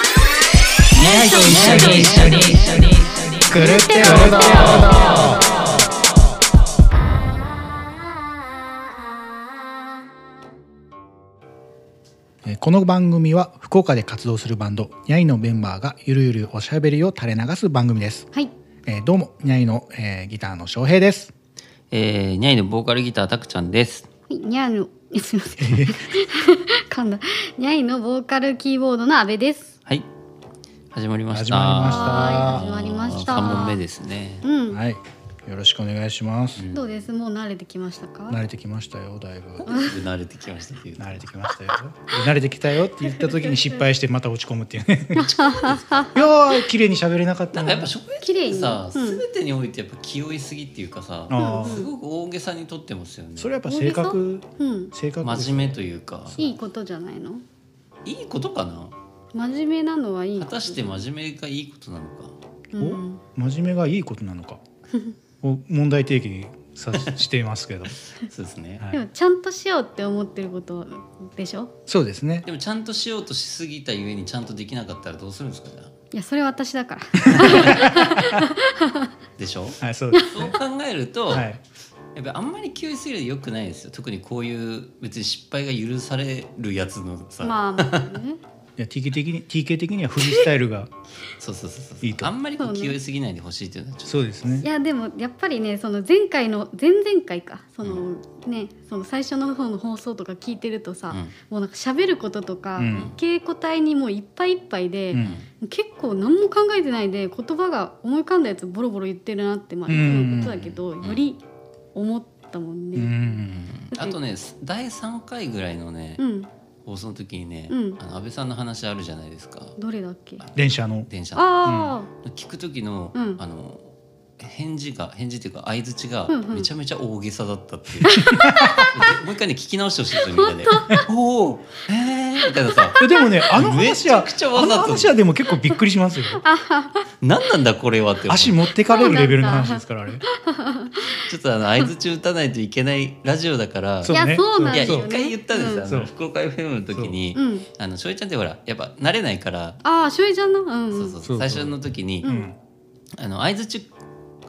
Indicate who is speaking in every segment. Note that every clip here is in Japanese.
Speaker 1: 一緒に一緒に一緒に
Speaker 2: 狂ってるぞえーこの番組は福岡で活動するバンドニャイのメンバーがゆるゆるおしゃべりを垂れ流す番組です、
Speaker 3: はい。
Speaker 2: えーどうもニャイの、えーギターの翔平です
Speaker 4: えー、ニャイのボーカルギターたくちゃんです。
Speaker 3: にゃーの、すい ません。 噛んだ。にゃいのボーカルキーボードの阿部です。
Speaker 4: はい。始まりました。
Speaker 2: 始ま
Speaker 3: はーい始まりました。
Speaker 4: 三本目ですね。
Speaker 3: うん。
Speaker 2: はいよろしくお願いします、
Speaker 3: どうです。もう慣れてきましたか。
Speaker 2: 慣れてきましたよだいぶ
Speaker 4: 慣れてきましたけど。
Speaker 2: 慣れてきましたよ慣れてきたよって言った時に失敗してまた落ち込むっていう ねいやー綺麗に喋れなかっ
Speaker 4: な
Speaker 2: た
Speaker 4: んかやっぱ職員
Speaker 3: 綺麗
Speaker 4: っ
Speaker 3: に
Speaker 4: てさ、
Speaker 3: うん
Speaker 4: すべてにおいてやっぱ気負いすぎっていうかさ
Speaker 2: あ、ー
Speaker 4: すごく大げさに取ってますよね。
Speaker 2: それはやっぱ性格
Speaker 3: うん。
Speaker 2: 性格
Speaker 4: 真面目というか、
Speaker 3: いいことじゃないの。
Speaker 4: いいことかな。
Speaker 3: 真面目なのはいい
Speaker 4: 果
Speaker 3: こと。
Speaker 4: たして真面目がいいことなのか。
Speaker 3: うん。
Speaker 2: お真面目がいいことなの かを問題提起さしていますけど、
Speaker 4: そうですね。
Speaker 2: は
Speaker 3: で
Speaker 2: い、
Speaker 3: もちゃんとしようって思ってることでしょ
Speaker 2: そうですね
Speaker 4: でもちゃんとしようとしすぎたゆえにちゃんとできなかったらどうするんですかじゃあ
Speaker 3: いやそれ私 だから
Speaker 4: で しょ
Speaker 2: はいそうです
Speaker 4: そう考えると、
Speaker 2: はい
Speaker 4: やっぱあんまり気負いすぎるでよくないですよ特にこういう別に失敗が許されるやつのさ、
Speaker 3: まあまあね
Speaker 2: いや TK 的に TK 的にはフリースタイルが
Speaker 4: そうそうそうそう
Speaker 2: いいと
Speaker 4: あんまりこ
Speaker 3: そううね
Speaker 4: 気負いすぎないでほしいっていうのはちょっ
Speaker 2: そうです
Speaker 3: い
Speaker 2: ね
Speaker 3: やでもやっぱりねその前回の前々回かその、ねその最初の方の放送とか聞いてるとさ、
Speaker 4: うん
Speaker 3: もうなんか喋ることとか、
Speaker 2: うん
Speaker 3: 稽古体にもういっぱいいっぱいで、
Speaker 2: うん
Speaker 3: 結構何も考えてないで言葉が思い浮かんだやつボロボロ言ってるなってまあいつものことだけど、より思ったもん
Speaker 2: う
Speaker 3: ね。
Speaker 2: ん
Speaker 4: とあとね第3回ぐらいのね、
Speaker 3: うん、
Speaker 4: 放送の時にね、
Speaker 3: うん
Speaker 4: あの安倍さんの話あるじゃないですか
Speaker 3: どれだっけ
Speaker 4: あ
Speaker 2: 電 車の
Speaker 4: 電車の
Speaker 3: あ
Speaker 4: 聞く時の,、
Speaker 3: うん
Speaker 4: あの返事が返事っていうか相槌が
Speaker 3: うんうん
Speaker 4: めちゃめちゃ大げさだったって いう、もう一回ね聞き直してほしいですよみんなで「おおえー」みたいなさ
Speaker 2: えでもねあの話は
Speaker 4: めちゃくちゃ
Speaker 2: あ
Speaker 4: わ
Speaker 2: の
Speaker 4: ざと
Speaker 2: 話はでも結構びっくりしますよ
Speaker 4: 「何なんだこれは」って思う
Speaker 2: 足持ってかれるレベルの話ですからあれ
Speaker 4: ちょっとあの相槌打たないといけないラジオだから、
Speaker 2: そう
Speaker 3: い
Speaker 2: ね
Speaker 3: やそうなん
Speaker 4: いや
Speaker 3: で
Speaker 4: 一
Speaker 3: すよね。
Speaker 4: 回言ったんですよ、あ
Speaker 2: そう
Speaker 4: の福岡 FM の時に、
Speaker 3: うんうん
Speaker 4: あのしょいちゃんってほらやっぱ慣れないから、
Speaker 3: ああ、しょいちゃんな。うん、
Speaker 4: そうそう
Speaker 2: そ
Speaker 4: そう
Speaker 2: そう
Speaker 4: う最初の時に、
Speaker 2: うん
Speaker 4: あの相槌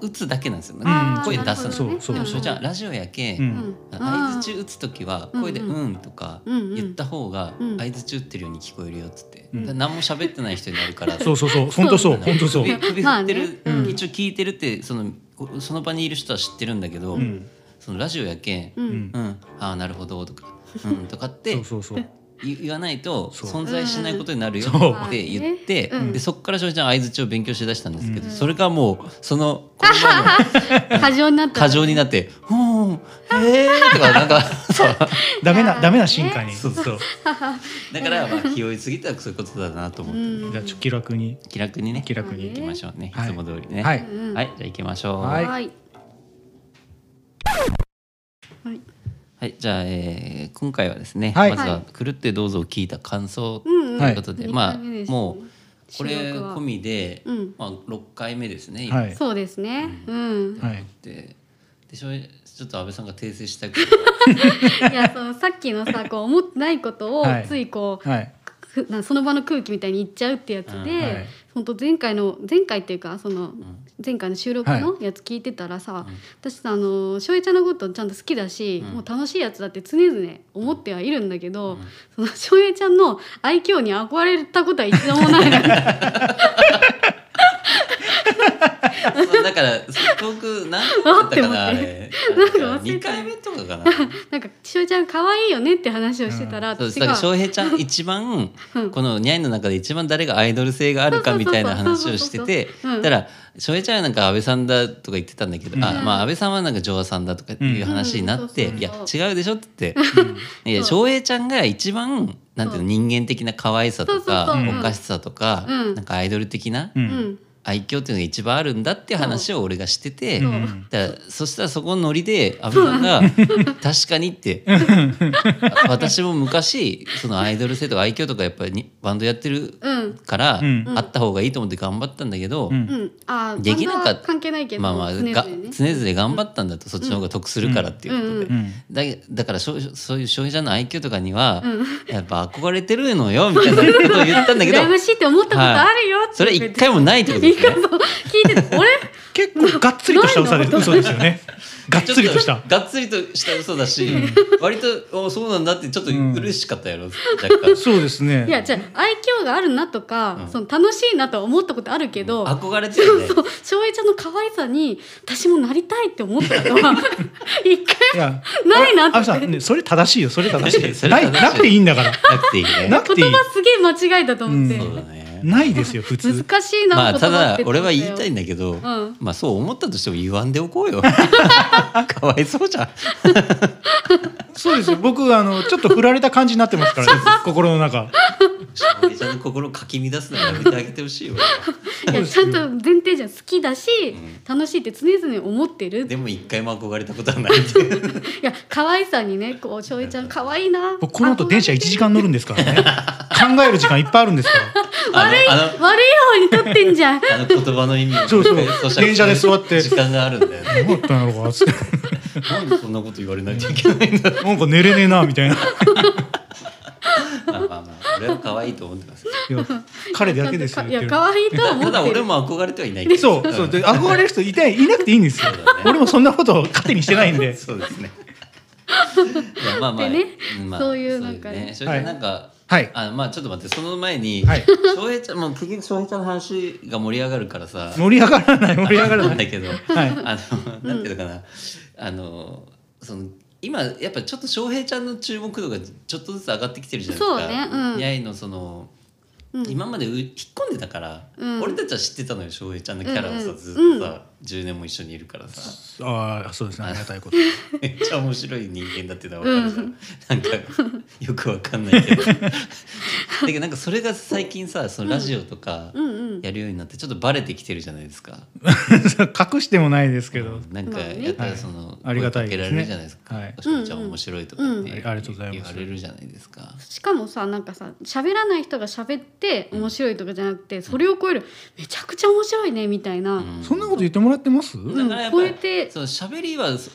Speaker 4: 打つだけなんですよ、
Speaker 3: あー
Speaker 4: 声出さない
Speaker 3: なるほどね
Speaker 2: そうそう
Speaker 4: でもしょいちゃんラジオやけ、
Speaker 2: うん
Speaker 3: うん
Speaker 4: あの相槌打つ時は声で「
Speaker 3: うんう
Speaker 4: うん」とか
Speaker 3: うんうん
Speaker 4: 言った方が
Speaker 3: うん
Speaker 4: 相槌打ってるように聞こえるよっつって、
Speaker 2: うん
Speaker 4: だから何も喋ってない人になるから
Speaker 2: そうそうそう本当そう本当そう
Speaker 4: 首首振ってる、
Speaker 3: まあねうん
Speaker 4: 一応聞いてるってそのこその場にいる人は知ってるんだけど、
Speaker 2: ん
Speaker 4: そのラジオやけん「
Speaker 3: うん
Speaker 2: うん
Speaker 4: うん、ああなるほど」と か「うん」とかって
Speaker 2: そうそうそう
Speaker 4: 言言わないと
Speaker 2: そう
Speaker 4: 存在しないことになるよ
Speaker 2: そう
Speaker 4: って言って、
Speaker 3: そううん
Speaker 4: でそこから翔ちゃん相づちを勉強しだしたんですけど、
Speaker 3: うん
Speaker 4: それがもうその言葉の
Speaker 3: 過剰になった。
Speaker 4: 過剰になって「うんへえ」とかなん かそう
Speaker 2: ダメなダメな進化に
Speaker 4: そう
Speaker 2: そう
Speaker 4: だからまあ気負いすぎたらそういうことだなと思っ
Speaker 3: う
Speaker 4: て、
Speaker 3: ん
Speaker 2: じゃあちょっと気楽に
Speaker 4: 気楽にね
Speaker 2: 気楽
Speaker 3: に
Speaker 2: に
Speaker 4: 行きましょうね、
Speaker 2: はい
Speaker 4: い、つも通りね
Speaker 2: は
Speaker 4: はい
Speaker 3: うん
Speaker 4: じゃあ行きましょう
Speaker 2: はい
Speaker 3: はい。はい。
Speaker 4: はいじゃあ、えー今回はですね、
Speaker 2: はい
Speaker 4: まず
Speaker 3: は
Speaker 4: は「狂ってどうぞ」を聞いた感想と
Speaker 3: うんうん
Speaker 4: いうことで、
Speaker 3: はい
Speaker 4: まあ
Speaker 3: 二回目ですね
Speaker 4: もうこれ
Speaker 3: 収録は
Speaker 4: 込みで、
Speaker 3: うん
Speaker 4: まあ、6回目ですね、今
Speaker 2: はい
Speaker 3: そうですね。うん。
Speaker 2: はい
Speaker 4: ででしょちょっと安倍さんが訂正したいことが
Speaker 3: いや、そのさっきのさ、こう思ってないことを
Speaker 2: はい
Speaker 3: ついこう。
Speaker 2: はい
Speaker 3: くなその場の空気みたいに言っちゃうってやつで、
Speaker 4: うん
Speaker 2: はい
Speaker 3: 本当前回の前回っていうかその前回の収録のやつ聞いてたらさ、私さあの翔平ちゃんのことちゃんと好きだし、もう楽しいやつだって常々思ってはいるんだけど、その翔平ちゃんの愛嬌に憧れたことは一度もない の
Speaker 4: そうだから遠く何だったかなあ
Speaker 3: 待
Speaker 4: れ
Speaker 3: なんか忘れ
Speaker 4: 2
Speaker 3: た
Speaker 4: 回目とかかな
Speaker 3: なんか翔平ちゃん可愛いよねって話をしてたら、
Speaker 4: そうです
Speaker 3: 私
Speaker 4: だから
Speaker 3: が
Speaker 4: 翔平ちゃん一番
Speaker 3: うん
Speaker 4: このニャイの中で一番誰がアイドル性があるかみたいな話をしてて
Speaker 3: そうそうそうそううん
Speaker 4: だから翔平ちゃんはなんか安倍さんだとか言ってたんだけど、あまあ安倍さんはなんか女王さんだとかいう話になって、
Speaker 3: うん
Speaker 4: いや
Speaker 3: そうそうそ
Speaker 4: 違うでしょって言って、いや翔平ちゃんが一番なんていうの人間的な可愛さと
Speaker 3: そうそう
Speaker 4: か
Speaker 3: そう
Speaker 4: おかしさとか、
Speaker 3: うん
Speaker 4: なんかアイドル的な、
Speaker 2: う
Speaker 3: うんん
Speaker 4: 愛嬌っていうのが一番あるんだっていう話を俺がしてて、
Speaker 2: う
Speaker 3: そうん
Speaker 4: だからそしたらそこのノリで阿部さん が「確かに」ってあ私も昔そのアイドル性とか愛嬌とかやっぱりにバンドやってる
Speaker 3: うん
Speaker 4: から、
Speaker 2: うん
Speaker 4: あった方がいいと思って頑張ったんだけど、
Speaker 2: うん
Speaker 3: うん、あー
Speaker 4: できなかった
Speaker 3: バンドは関係ないけど、
Speaker 4: まあまあ
Speaker 3: 常々ね
Speaker 4: が常々頑張ったんだとそっちの方が得するからっていうことで。
Speaker 3: うんうん
Speaker 2: うん
Speaker 4: だだからしょそういう翔平ちゃんの愛嬌とかには、
Speaker 3: うん
Speaker 4: やっぱ憧れてるのよみたいなことを言ったんだけど
Speaker 3: 羨ましいって思ったことあるよって
Speaker 4: それ
Speaker 3: 言っ
Speaker 4: 一
Speaker 3: て、
Speaker 4: 回もないってことですね。
Speaker 3: 聞いて て俺
Speaker 2: 結構がっつりとした嘘です嘘ですよね。がっつりとした。
Speaker 4: がっつりとした嘘だし、割とおそうなんだってちょっと
Speaker 2: うん
Speaker 4: 嬉しかったやろ、若干
Speaker 2: そうですね。
Speaker 3: いやじゃあ愛嬌があるなとか、
Speaker 4: うん
Speaker 3: その楽しいなとは思ったことあるけど、
Speaker 4: 憧れてるね
Speaker 3: そう翔平ちゃんの可愛さに私もなりたいって思ったこと は一回
Speaker 2: いや
Speaker 3: ないなっ
Speaker 2: あ
Speaker 3: て
Speaker 2: 阿部さんねそれ正しいよ。それ正
Speaker 4: 確かに
Speaker 2: し
Speaker 4: そ
Speaker 2: い。
Speaker 4: れ
Speaker 2: ない
Speaker 4: 正しい
Speaker 2: なくていいんだから。
Speaker 4: なくていいね
Speaker 2: なくてい
Speaker 3: 言
Speaker 2: い。
Speaker 3: 葉すげえ間違いだと思って、
Speaker 4: そうだね
Speaker 2: ないですよ普 通。
Speaker 3: 難しいな
Speaker 4: まあた
Speaker 3: 言葉っ
Speaker 4: だ
Speaker 3: て
Speaker 4: 俺は言いたいん
Speaker 3: ね
Speaker 4: だけど、
Speaker 3: ん
Speaker 4: まあそう思ったとしても言わんでおこう よかわいそうじゃん
Speaker 2: そうですよ。僕あのちょっと振られた感じになってますから、ね、心の中。
Speaker 4: 翔平ちゃんの心をかき乱すのやめてあげてほしいよ
Speaker 3: いやちゃんと前提じゃん好きだし、楽しいって常々思ってる
Speaker 4: でも一回も憧れたことはないっていう
Speaker 3: いや可愛さにねこう翔平ちゃん可愛いな
Speaker 2: 僕この後電車1時間乗るんですからね。考える時間いっぱいあるんですから。
Speaker 4: あのあの
Speaker 3: 悪い方にとってんじゃん
Speaker 4: あの言葉の意味を
Speaker 2: そうそう
Speaker 4: ね咀嚼する
Speaker 2: 電車で座って
Speaker 4: 時間があるんだよね
Speaker 2: どうやったんやろうかつって。
Speaker 4: なんでそんなこと言われないといけないんだ
Speaker 2: なんか寝れねえなみたいな。
Speaker 4: まあまあまあ俺は可愛いと思ってます
Speaker 2: い や彼だけですよ。
Speaker 3: い
Speaker 2: 言ってる
Speaker 3: や可愛いとは思
Speaker 4: ただ
Speaker 3: って
Speaker 4: 俺
Speaker 3: る
Speaker 4: も憧れてはいないけど
Speaker 2: そうそうで憧れる人いたいいなくていいんですよ
Speaker 4: そうだね。
Speaker 2: 俺もそんなことを勝手にしてないんで。
Speaker 4: そうです ね。いやまあまあ、
Speaker 3: でね
Speaker 4: うんまあ
Speaker 3: そういうなんか
Speaker 4: そうよ
Speaker 3: ね
Speaker 4: それでなんか、
Speaker 2: はいはい
Speaker 4: あのまあちょっと待ってその前に、
Speaker 2: はい
Speaker 4: 翔平ちゃんもう結局翔平ちゃんの話が盛り上がるからさ、
Speaker 2: 盛り上がらない盛り上がら
Speaker 4: な
Speaker 2: なんい。
Speaker 4: だけど、あのなんていうのかな、あのその今やっぱちょっと翔平ちゃんの注目度がちょっとずつ上がってきてるじゃないですか。
Speaker 3: そうねうん
Speaker 4: にゃいのその。
Speaker 3: うん
Speaker 4: 今までう引っ込んでたから、
Speaker 3: うん
Speaker 4: 俺たちは知ってたのよ翔平ちゃんのキャラをさ、
Speaker 3: うんうん
Speaker 4: ずっとさ、10年も一緒にいるからさ
Speaker 2: ああそうですねありがたいこと。
Speaker 4: めっちゃ面白い人間だっていうのは分かるじゃん、なんかよくわかんないけどだけどなんかそれが最近さそのラジオとか
Speaker 3: うんうん
Speaker 4: やるようになってちょっとバレてきてるじゃないですか、
Speaker 2: 隠してもないですけど、
Speaker 4: なんか
Speaker 3: まあね
Speaker 4: やっぱり
Speaker 2: はい
Speaker 4: その、
Speaker 2: ありがたい
Speaker 4: 声
Speaker 2: です
Speaker 4: か
Speaker 2: ね
Speaker 4: けられるじゃないですか
Speaker 2: はい
Speaker 4: 「しょうちゃん面白い」とかって
Speaker 2: うんうんありがとうござい
Speaker 4: 言
Speaker 2: ま
Speaker 4: わ
Speaker 2: す
Speaker 4: れるじゃないですか。
Speaker 3: しかもさなんかさ喋らない人が喋って面白いとかじゃなくてそれを超えるめちゃくちゃ面白いねみたいな、
Speaker 4: うん
Speaker 2: そんなこと言ってもらってます？
Speaker 3: ん
Speaker 4: だからやっぱり
Speaker 3: 超えて
Speaker 4: そう喋りはそ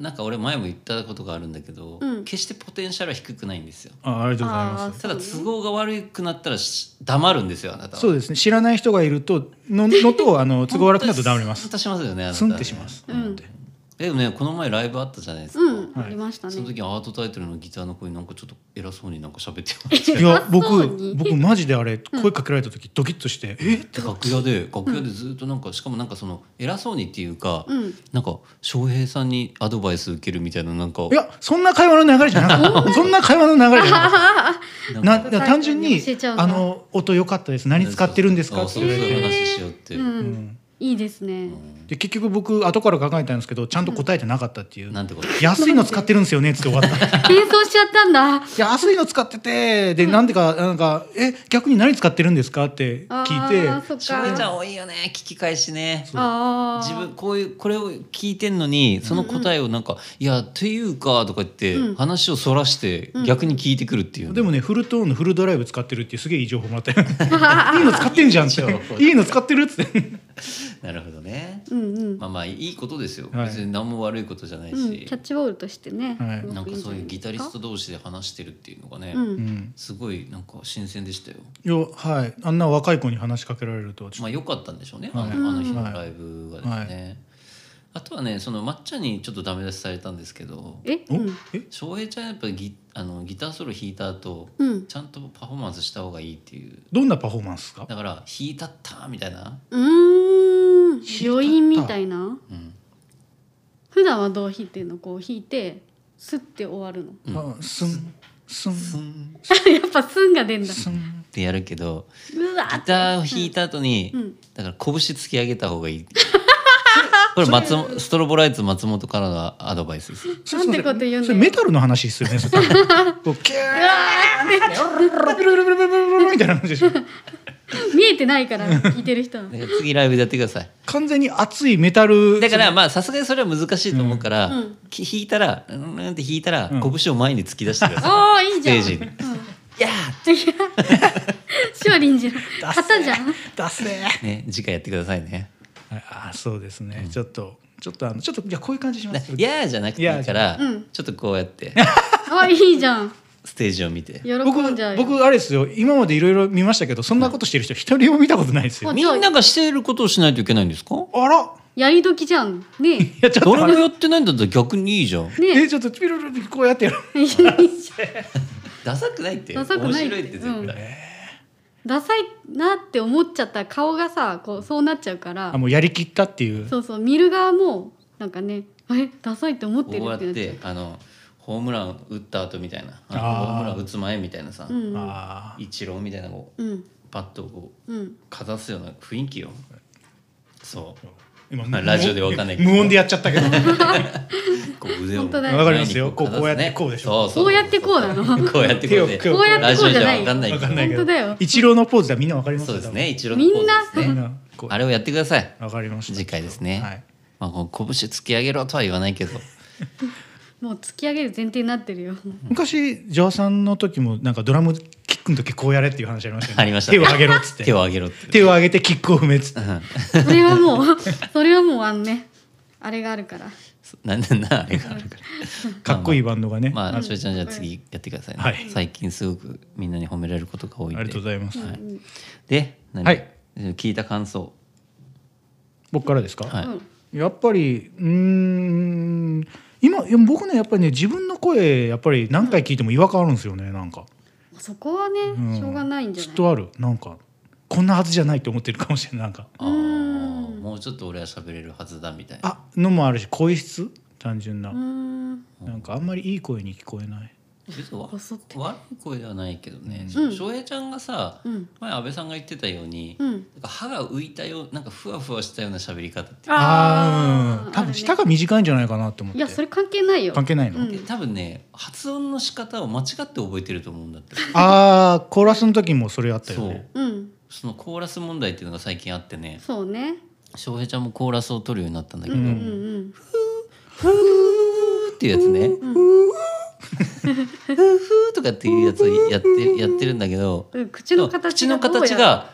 Speaker 4: なんか俺前も言ったことがあるんだけど、
Speaker 3: うん
Speaker 4: 決してポテンシャルは低くないんですよ
Speaker 2: あありがとうございます。
Speaker 4: ただ都合が悪くなったらし黙るんですよあなたは
Speaker 2: そうですね知らない人がいるとののとあの都合悪くなるとダメます
Speaker 4: スン。としますよねあなた
Speaker 2: スンってします。
Speaker 3: うん
Speaker 4: でもねこの前ライブあったじゃないですか、
Speaker 3: うん、
Speaker 2: はい
Speaker 3: ありましたね
Speaker 4: その時アートタイトルのギターの声なんかちょっと偉そうになんか喋ってまし
Speaker 2: い
Speaker 3: え
Speaker 2: や
Speaker 3: 偉
Speaker 2: 僕
Speaker 3: そうに
Speaker 2: 僕マジであれ声かけられた時ドキッとしてえ
Speaker 4: た楽屋で楽屋でずっとなんかしかもなんかその偉そうにっていうか、
Speaker 3: うん
Speaker 4: なんか翔平さんにアドバイス受けるみたいななんか
Speaker 2: いやそんな会話の流れじゃなかったそんな会話の流れじゃなかった。
Speaker 4: なんか
Speaker 2: なだから単純に
Speaker 3: 教えちゃ
Speaker 2: 「
Speaker 3: うな
Speaker 2: あの音良かったです何使ってるんですか?」
Speaker 4: あ
Speaker 2: っ
Speaker 4: そ
Speaker 2: て
Speaker 4: うそう
Speaker 2: 言わ
Speaker 4: そうい
Speaker 2: れ
Speaker 4: う
Speaker 2: て
Speaker 4: 話しようっていうう、
Speaker 3: ん、いいですね、
Speaker 2: で結局僕後から考えたんですけどちゃんと答えてなかったっていう
Speaker 4: なんてこと
Speaker 2: 「安いの使ってるんですよね」っつっ て終わった
Speaker 3: 変装しちゃったんだ
Speaker 2: いや安いの使っててでなんでかなんか「え逆に何使ってるんですか?」って聞
Speaker 3: あー
Speaker 2: いて
Speaker 3: そっ
Speaker 4: 翔平ちゃ
Speaker 3: か
Speaker 4: ん多いよね聞き返しね
Speaker 3: あー
Speaker 4: 自分こういうこれを聞いてんのにその答えをなんか「いやっていうか」とか言って話をそらして逆に聞いてくるっていうね、
Speaker 2: でもねフルトーンのフルドライブ使ってるっていうすげえいい情報もらった よいいの使ってんじゃんっていいの使ってるっつって
Speaker 4: なるほどね
Speaker 3: うんうん、
Speaker 4: まあまあいいことですよ、
Speaker 2: はい
Speaker 4: 別に何も悪いことじゃない
Speaker 3: うん、キ
Speaker 4: し
Speaker 3: ャ、ッチボールとしてね、
Speaker 2: はい
Speaker 3: すご
Speaker 4: なんか
Speaker 3: くいいんじ
Speaker 4: そう
Speaker 3: ゃない
Speaker 4: う
Speaker 3: で
Speaker 4: ギ
Speaker 3: す
Speaker 4: タ
Speaker 3: か
Speaker 4: リスト同士で話してるっていうのがね、
Speaker 3: う
Speaker 2: うんん
Speaker 4: すごいなんか新鮮でしたよ。
Speaker 2: いやはいあんな若い子に話しかけられるとはちょ
Speaker 4: ま
Speaker 2: っ
Speaker 4: あ良かったんでしょうね、
Speaker 2: はい
Speaker 4: あのあの日
Speaker 2: は
Speaker 4: の
Speaker 2: い
Speaker 4: ライブがですね。あとはねその抹茶にちょっとダメ出しされたんですけど
Speaker 3: え
Speaker 2: と
Speaker 3: う
Speaker 2: お
Speaker 3: ん
Speaker 2: え
Speaker 4: 翔平ちゃんやっぱギあのギターソロ弾いた後、
Speaker 3: うん
Speaker 4: ちゃんとパフォーマンスした方がいいっていう
Speaker 2: どんなパフォーマンスですか
Speaker 4: だから「弾いたった」みたいな、
Speaker 3: うーん余韻みたいな
Speaker 4: うん
Speaker 3: 普段はどう弾いてんのこう弾いてスッて終わるの
Speaker 2: あすんすん
Speaker 4: スン
Speaker 3: やっぱスンが出んだ
Speaker 2: すん
Speaker 4: ってやるけど
Speaker 3: うわ
Speaker 4: ギ
Speaker 3: ー
Speaker 4: ターを弾いた後に、
Speaker 3: うん
Speaker 4: だから拳突き上げた方がいい。 これ松本ストロボライツ松本からのアドバイスです。
Speaker 3: なんてこと言うんだよ
Speaker 2: それメタルの話ですよね。それこうキャーみたいな話でしょ。
Speaker 3: 見えてないから聞いてる人は
Speaker 4: だから次ライブでやってください
Speaker 2: 完全に熱いメタル
Speaker 4: だからまあさすがにそれは難しいと思うから、
Speaker 3: んうん
Speaker 4: き弾いたらうんうんって弾いたら、
Speaker 2: うん
Speaker 4: 拳を前に突き出してください
Speaker 3: ああいいじゃん
Speaker 4: ステージに
Speaker 3: うん
Speaker 4: いや
Speaker 3: シワリンジの
Speaker 2: ダセー
Speaker 3: 肩じゃん
Speaker 2: ダセー
Speaker 4: ーね次回やってくださいね
Speaker 2: あそうですね、ちょっとちょっとあのちょっとじゃあこういう感じしま
Speaker 4: だ
Speaker 2: す
Speaker 4: いやーじゃなくていいから、
Speaker 3: うん
Speaker 4: ちょっとこうやって
Speaker 3: ああいいじゃん
Speaker 4: ステージを見て
Speaker 3: 喜
Speaker 2: 僕
Speaker 3: んじゃうよ
Speaker 2: 僕あれですよ今までいろいろ見ましたけどそんなことしてる人一人も見たことないですよ、
Speaker 3: うん
Speaker 4: みんながしていることをしないといけないんですか
Speaker 2: あら
Speaker 3: やり時じゃんね
Speaker 2: いやちょっと
Speaker 4: 誰も
Speaker 2: 待って
Speaker 4: やってないんだったら逆にいいじゃん
Speaker 3: えね
Speaker 2: えちょっとピロロこうやってやる
Speaker 3: えいいじゃん
Speaker 4: ダサくないって
Speaker 3: ダサくないって
Speaker 4: 面白いって絶対、
Speaker 3: うんダサいなって思っちゃったら顔がさこうそうなっちゃうから
Speaker 2: あもうやりきったっていう
Speaker 3: そうそう見る側もなんかねえダサいって思ってる
Speaker 4: こうや
Speaker 3: っ
Speaker 4: って
Speaker 3: なっちゃ
Speaker 4: てあのホームラン打った後みたいなあの
Speaker 2: あー
Speaker 4: ホームラン打つ前みたいなさ、
Speaker 3: ううんうん
Speaker 2: あー
Speaker 4: イチローみたいなこう
Speaker 3: うん
Speaker 4: パッとこう
Speaker 3: うん
Speaker 4: かざすような雰囲気よそう
Speaker 2: 今
Speaker 4: まあラジオでわかんないけど
Speaker 2: 無音でやっちゃったけど
Speaker 4: こう腕を
Speaker 3: 本当だよ
Speaker 2: わかりますよ
Speaker 4: 前に
Speaker 2: こうこうやってこうでしょ
Speaker 4: そうそう
Speaker 3: こうやってこうなの
Speaker 4: こうやってこうで
Speaker 2: 手を
Speaker 3: こうやって
Speaker 4: ラジ
Speaker 3: こ
Speaker 4: オ
Speaker 3: うじ
Speaker 4: じ
Speaker 3: ゃ
Speaker 4: ゃ
Speaker 3: な
Speaker 4: わかんないい
Speaker 2: わ
Speaker 4: け
Speaker 2: かん
Speaker 4: ど
Speaker 2: ないけど
Speaker 3: 本当だよ
Speaker 2: 一郎のポーズではみんなわかります
Speaker 4: そう
Speaker 2: よ
Speaker 4: ですね一郎の
Speaker 3: み
Speaker 4: ポー
Speaker 3: ん
Speaker 4: ズ
Speaker 3: な
Speaker 4: です
Speaker 2: 多分み
Speaker 4: ね
Speaker 2: んなこう
Speaker 4: あれをやってください
Speaker 2: わかりました
Speaker 4: 次回ですね
Speaker 2: はい
Speaker 4: まあこう拳突き上げろとは言わないけど
Speaker 3: もう突き上げる前提になってるよ
Speaker 2: 昔ジョアさんの時もなんかドラムキックの時こうやれっていう話ありましたよね
Speaker 4: ありました
Speaker 2: 手を上げろっつって
Speaker 4: 手を上げろって
Speaker 2: 手を上げてキックを踏めっつって
Speaker 4: うん
Speaker 3: それはもうそれはもうあのねあれがあるから
Speaker 4: なんでなあれがあるから
Speaker 2: かっこいいバンドがね、
Speaker 4: まあ、
Speaker 2: あ
Speaker 4: しょうちゃんじゃあ次やってくださいね、
Speaker 2: はい
Speaker 4: 最近すごくみんなに褒められることが多いんで
Speaker 2: りがとうございます、
Speaker 4: はいで何、
Speaker 2: はい
Speaker 4: 聞いた感想
Speaker 2: 僕からですか、
Speaker 4: はい、
Speaker 3: うん
Speaker 2: やっぱりうーん今いや僕ねやっぱりね自分の声やっぱり何回聞いても違和感あるんですよねなんか、
Speaker 3: そこはね、
Speaker 2: うん
Speaker 3: しょうがないんじゃ
Speaker 2: き
Speaker 3: な
Speaker 2: っ
Speaker 3: い
Speaker 2: とあるなんかこんなはずじゃないと思ってるかもしれないなんか
Speaker 4: ああーもうちょっと俺は喋れるはずだみたいな
Speaker 2: あのもあるし声質単純な、
Speaker 3: うーん
Speaker 2: なんかあんまりいい声に聞こえない
Speaker 4: 別にわ
Speaker 3: こそって
Speaker 4: 悪い声ではないけどね
Speaker 3: うん
Speaker 4: 翔平、ちゃんがさ、
Speaker 3: うん
Speaker 4: 前安倍さんが言ってたように、
Speaker 3: うん
Speaker 4: なんか歯が浮いたようなんかふわふわしたような喋り方って
Speaker 2: ああー、うん、
Speaker 3: ー
Speaker 2: 多分舌が短いんじゃないかなと思っ
Speaker 3: い
Speaker 2: て
Speaker 3: やそれ関係ないよ
Speaker 2: 関係ないの、
Speaker 3: うん
Speaker 4: で多分ね発音の仕方を間違って覚えてると思うんだって
Speaker 2: ああコーラスの時もそれあったよ
Speaker 4: そ
Speaker 2: ね
Speaker 4: う
Speaker 3: うん
Speaker 4: そのコーラス問題っていうのが最近あってね
Speaker 3: そうね
Speaker 4: 翔平ちゃんもコーラスを取るようになったんだけど、
Speaker 2: う
Speaker 3: うんんう
Speaker 4: ふ
Speaker 3: ん
Speaker 4: ーっていうやつね、ふーふーふーとかっていうやつをやってやってるんだけど
Speaker 3: うん口の形が
Speaker 4: 口の形が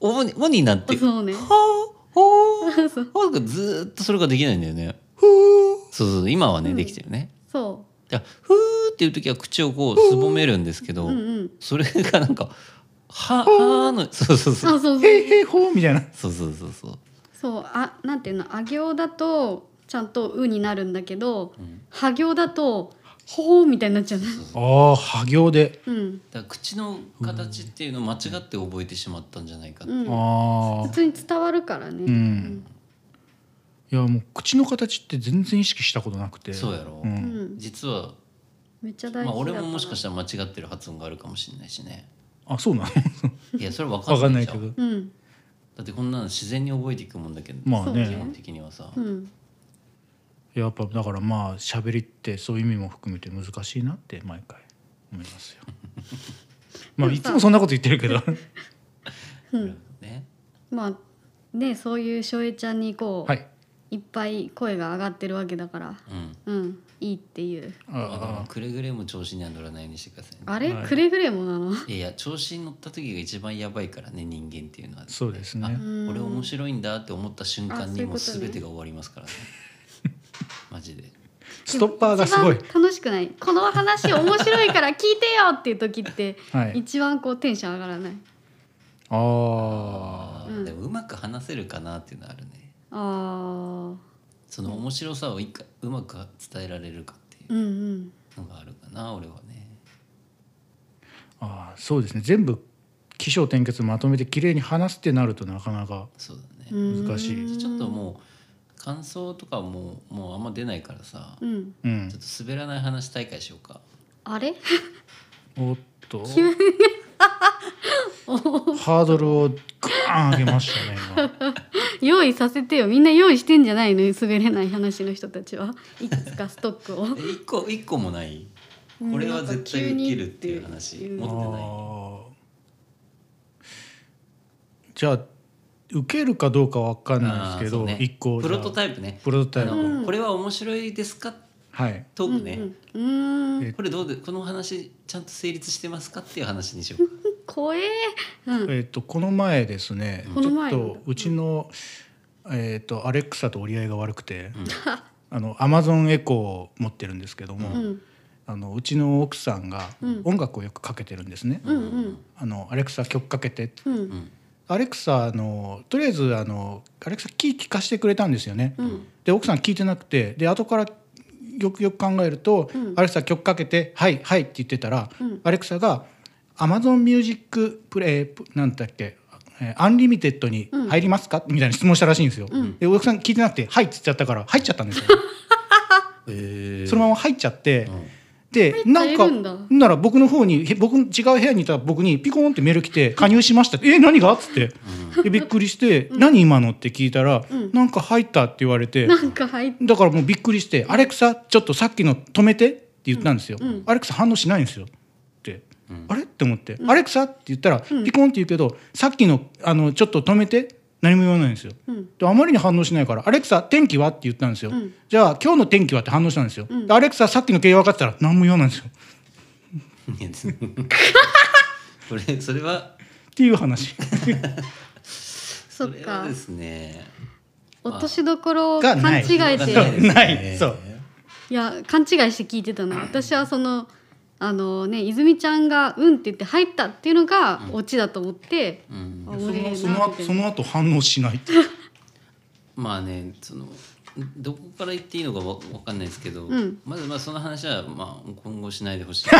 Speaker 4: おにおになって
Speaker 3: そうね
Speaker 4: ほーほー
Speaker 3: そう
Speaker 4: ほーがずーっとそれができないんだよねそうそう今はね、できてるね
Speaker 3: そ
Speaker 4: だからふーっていう時は口をこうすぼめるんですけど、
Speaker 3: ううんうん
Speaker 4: それがなんかははーのそうそうそう
Speaker 3: あそうそう
Speaker 2: へいへいほうみたいな
Speaker 4: そうそうそうそう
Speaker 3: そうあなんていうのあ行だとちゃんと「う」になるんだけど
Speaker 4: ん
Speaker 3: は行だと「ほう」みたいになっちゃうね
Speaker 2: ああ破行で、
Speaker 3: うん
Speaker 4: だから口の形っていうのを間違って覚えてしまったんじゃないかって、
Speaker 3: うん
Speaker 2: あ
Speaker 3: 普
Speaker 2: あ
Speaker 3: 通に伝わるからね、
Speaker 2: うんいやもう口の形って全然意識したことなくて
Speaker 4: そうやろ
Speaker 2: う、
Speaker 3: うんん、
Speaker 4: 実は
Speaker 3: めっちゃ大事だ
Speaker 4: まあ、
Speaker 3: から
Speaker 4: 俺ももしかしたら間違ってる発音があるかもしれないしね
Speaker 2: あそうなの
Speaker 4: いやそれは分
Speaker 2: わ
Speaker 4: か
Speaker 2: か
Speaker 4: ん
Speaker 2: ん
Speaker 4: な
Speaker 2: ないい
Speaker 4: じゃ
Speaker 2: け
Speaker 4: ん
Speaker 2: ど
Speaker 3: うん
Speaker 4: だってこんなの自然に覚えていくもんだけど、
Speaker 2: まあ
Speaker 3: そう
Speaker 4: 基
Speaker 2: ね
Speaker 4: 本的にはさ、
Speaker 3: うん
Speaker 2: やっぱだからまあ喋りってそういう意味も含めて難しいなって毎回思いますよまあいつもそんなこと言ってるけど
Speaker 3: うん
Speaker 4: ね
Speaker 3: まあねそういう翔平ちゃんにこう、
Speaker 2: はい
Speaker 3: いっぱい声が上がってるわけだから
Speaker 4: うん
Speaker 3: うんいいっていう
Speaker 4: だから
Speaker 2: あ
Speaker 4: くれぐれも調子には乗らないようにしてくださいね
Speaker 3: あれ、
Speaker 2: はい
Speaker 3: くれぐれもなの
Speaker 4: いやいや調子に乗った時が一番やばいからね人間っていうのは
Speaker 2: そうですね
Speaker 4: あ
Speaker 3: ん
Speaker 4: 俺面白いんだって思った瞬間
Speaker 3: あそう
Speaker 4: に
Speaker 3: いうこ
Speaker 4: もう
Speaker 3: とね
Speaker 4: 全てが終わります からねマジで
Speaker 2: ストッパーがすごい
Speaker 3: 一番楽しくないこの話面白い から聞いてよっていう時って、
Speaker 2: はい
Speaker 3: 一番こうテンション上がらない
Speaker 2: あ
Speaker 4: あーでもうまく話せるかなっていうのはあるね
Speaker 3: あ
Speaker 4: その面白さをいかうまく伝えられるかってい
Speaker 3: ーうんうん
Speaker 4: うのがあるかな俺はね
Speaker 2: ーあーそうですね全部起承転結まとめて綺麗に話すってなるとなかなか
Speaker 4: そうだね、
Speaker 3: うん
Speaker 2: 難しい
Speaker 4: ちょっともう感想とかももうあんま出ないからさ、
Speaker 3: うん
Speaker 2: うん
Speaker 4: ちょっと滑らない話大会しようか
Speaker 3: あれ
Speaker 2: おっとハードルをグーン上げましたね 今
Speaker 3: 用意させてよみんな用意してんじゃないの滑れない話の人たちはいくつかストックを
Speaker 4: え一個一個もない
Speaker 3: うん
Speaker 4: これは絶対
Speaker 3: なんか急
Speaker 4: で
Speaker 3: に
Speaker 4: きるっていう話
Speaker 3: っていう
Speaker 4: 持ってない
Speaker 2: あーじゃあ受けるかどうかわかんないですけ
Speaker 4: あーそ
Speaker 2: ど、
Speaker 4: うね
Speaker 2: 一個
Speaker 4: プロトタ
Speaker 2: イ
Speaker 4: イプね
Speaker 2: プロトタ
Speaker 4: あ
Speaker 2: イプ、
Speaker 4: のこれは面白いですか
Speaker 2: はい
Speaker 4: トークね、
Speaker 3: うんうんうーん
Speaker 4: これどうでこの話ちゃんと成立してますかっていう話にしようか
Speaker 3: 怖えう ん
Speaker 2: えっとこの前ですね
Speaker 3: この前
Speaker 2: ちょっとうちの、えっとアレクサと折り合いが悪くて、あのアマゾンエコーを持ってるんですけども、
Speaker 3: うん
Speaker 2: あのうちの奥さんが音楽をよくかけてるんですね。
Speaker 3: うんうん
Speaker 2: あのアレクサ曲かけてって
Speaker 3: うん
Speaker 2: アレクサあのとりあえずあのアレクサキー聞かせてくれたんですよね、
Speaker 3: ん
Speaker 2: で奥さん聞いてなくてで後からよくよく考えると、アレクサ曲かけて「はいはい」って言ってたら、アレクサが「アマゾンミュージックプレイプなんだっけえーアンリミテッドに入りますか?」みたいな質問したらしいんですよ、で奥さん聞いてなくて「はい」って言っちゃったから入っちゃったんですよそのまま入っちゃって、でなんか
Speaker 3: 入っちゃえるんだ
Speaker 2: なら僕の方にへ僕違う部屋にいた僕にピコーンってメール来て「加入しました」って「え何が?」っつって、でびっくりして「何今の?」って聞いたら「なんか入った」って言われて、
Speaker 3: なんか入って
Speaker 2: だからもうびっくりして「アレクサちょっとさっきの止めて」って言ったんですよ、アレクサ反応しないんですよって、あれって思って「アレクサ」って言ったらピコンって言うけど、さっきのあの「ちょっと止めて」何も言わないんですよ、であまりに反応しないから「アレクサ天気は?」って言ったんですよ、じゃあ今日の天気はって反応したんですよ、でアレクサさっきの経営分かってたら何も言わないんですよっ
Speaker 4: いやでも これそれは
Speaker 2: ていう話
Speaker 3: そ
Speaker 4: そ
Speaker 3: っ
Speaker 4: れは
Speaker 3: か
Speaker 4: ですね
Speaker 3: 落としどころを
Speaker 2: が
Speaker 3: 勘
Speaker 2: な
Speaker 3: 違
Speaker 2: い
Speaker 3: いし
Speaker 4: が
Speaker 3: て
Speaker 4: いですね
Speaker 2: ないそう
Speaker 3: いや勘違いして聞い てたな私はそのあのね泉ちゃんが「うん」って言って入ったっていうのがオチだと思って、
Speaker 4: うん
Speaker 3: あ
Speaker 2: そ
Speaker 3: 俺
Speaker 2: のそ
Speaker 3: な
Speaker 2: の
Speaker 3: みた
Speaker 2: 後
Speaker 3: い
Speaker 2: そ
Speaker 3: な
Speaker 2: の後反応しないって
Speaker 4: まあねそのどこから言っていいのかわわかんないですけど、
Speaker 3: ん
Speaker 4: まずまあその話はまあ今後しないでほしい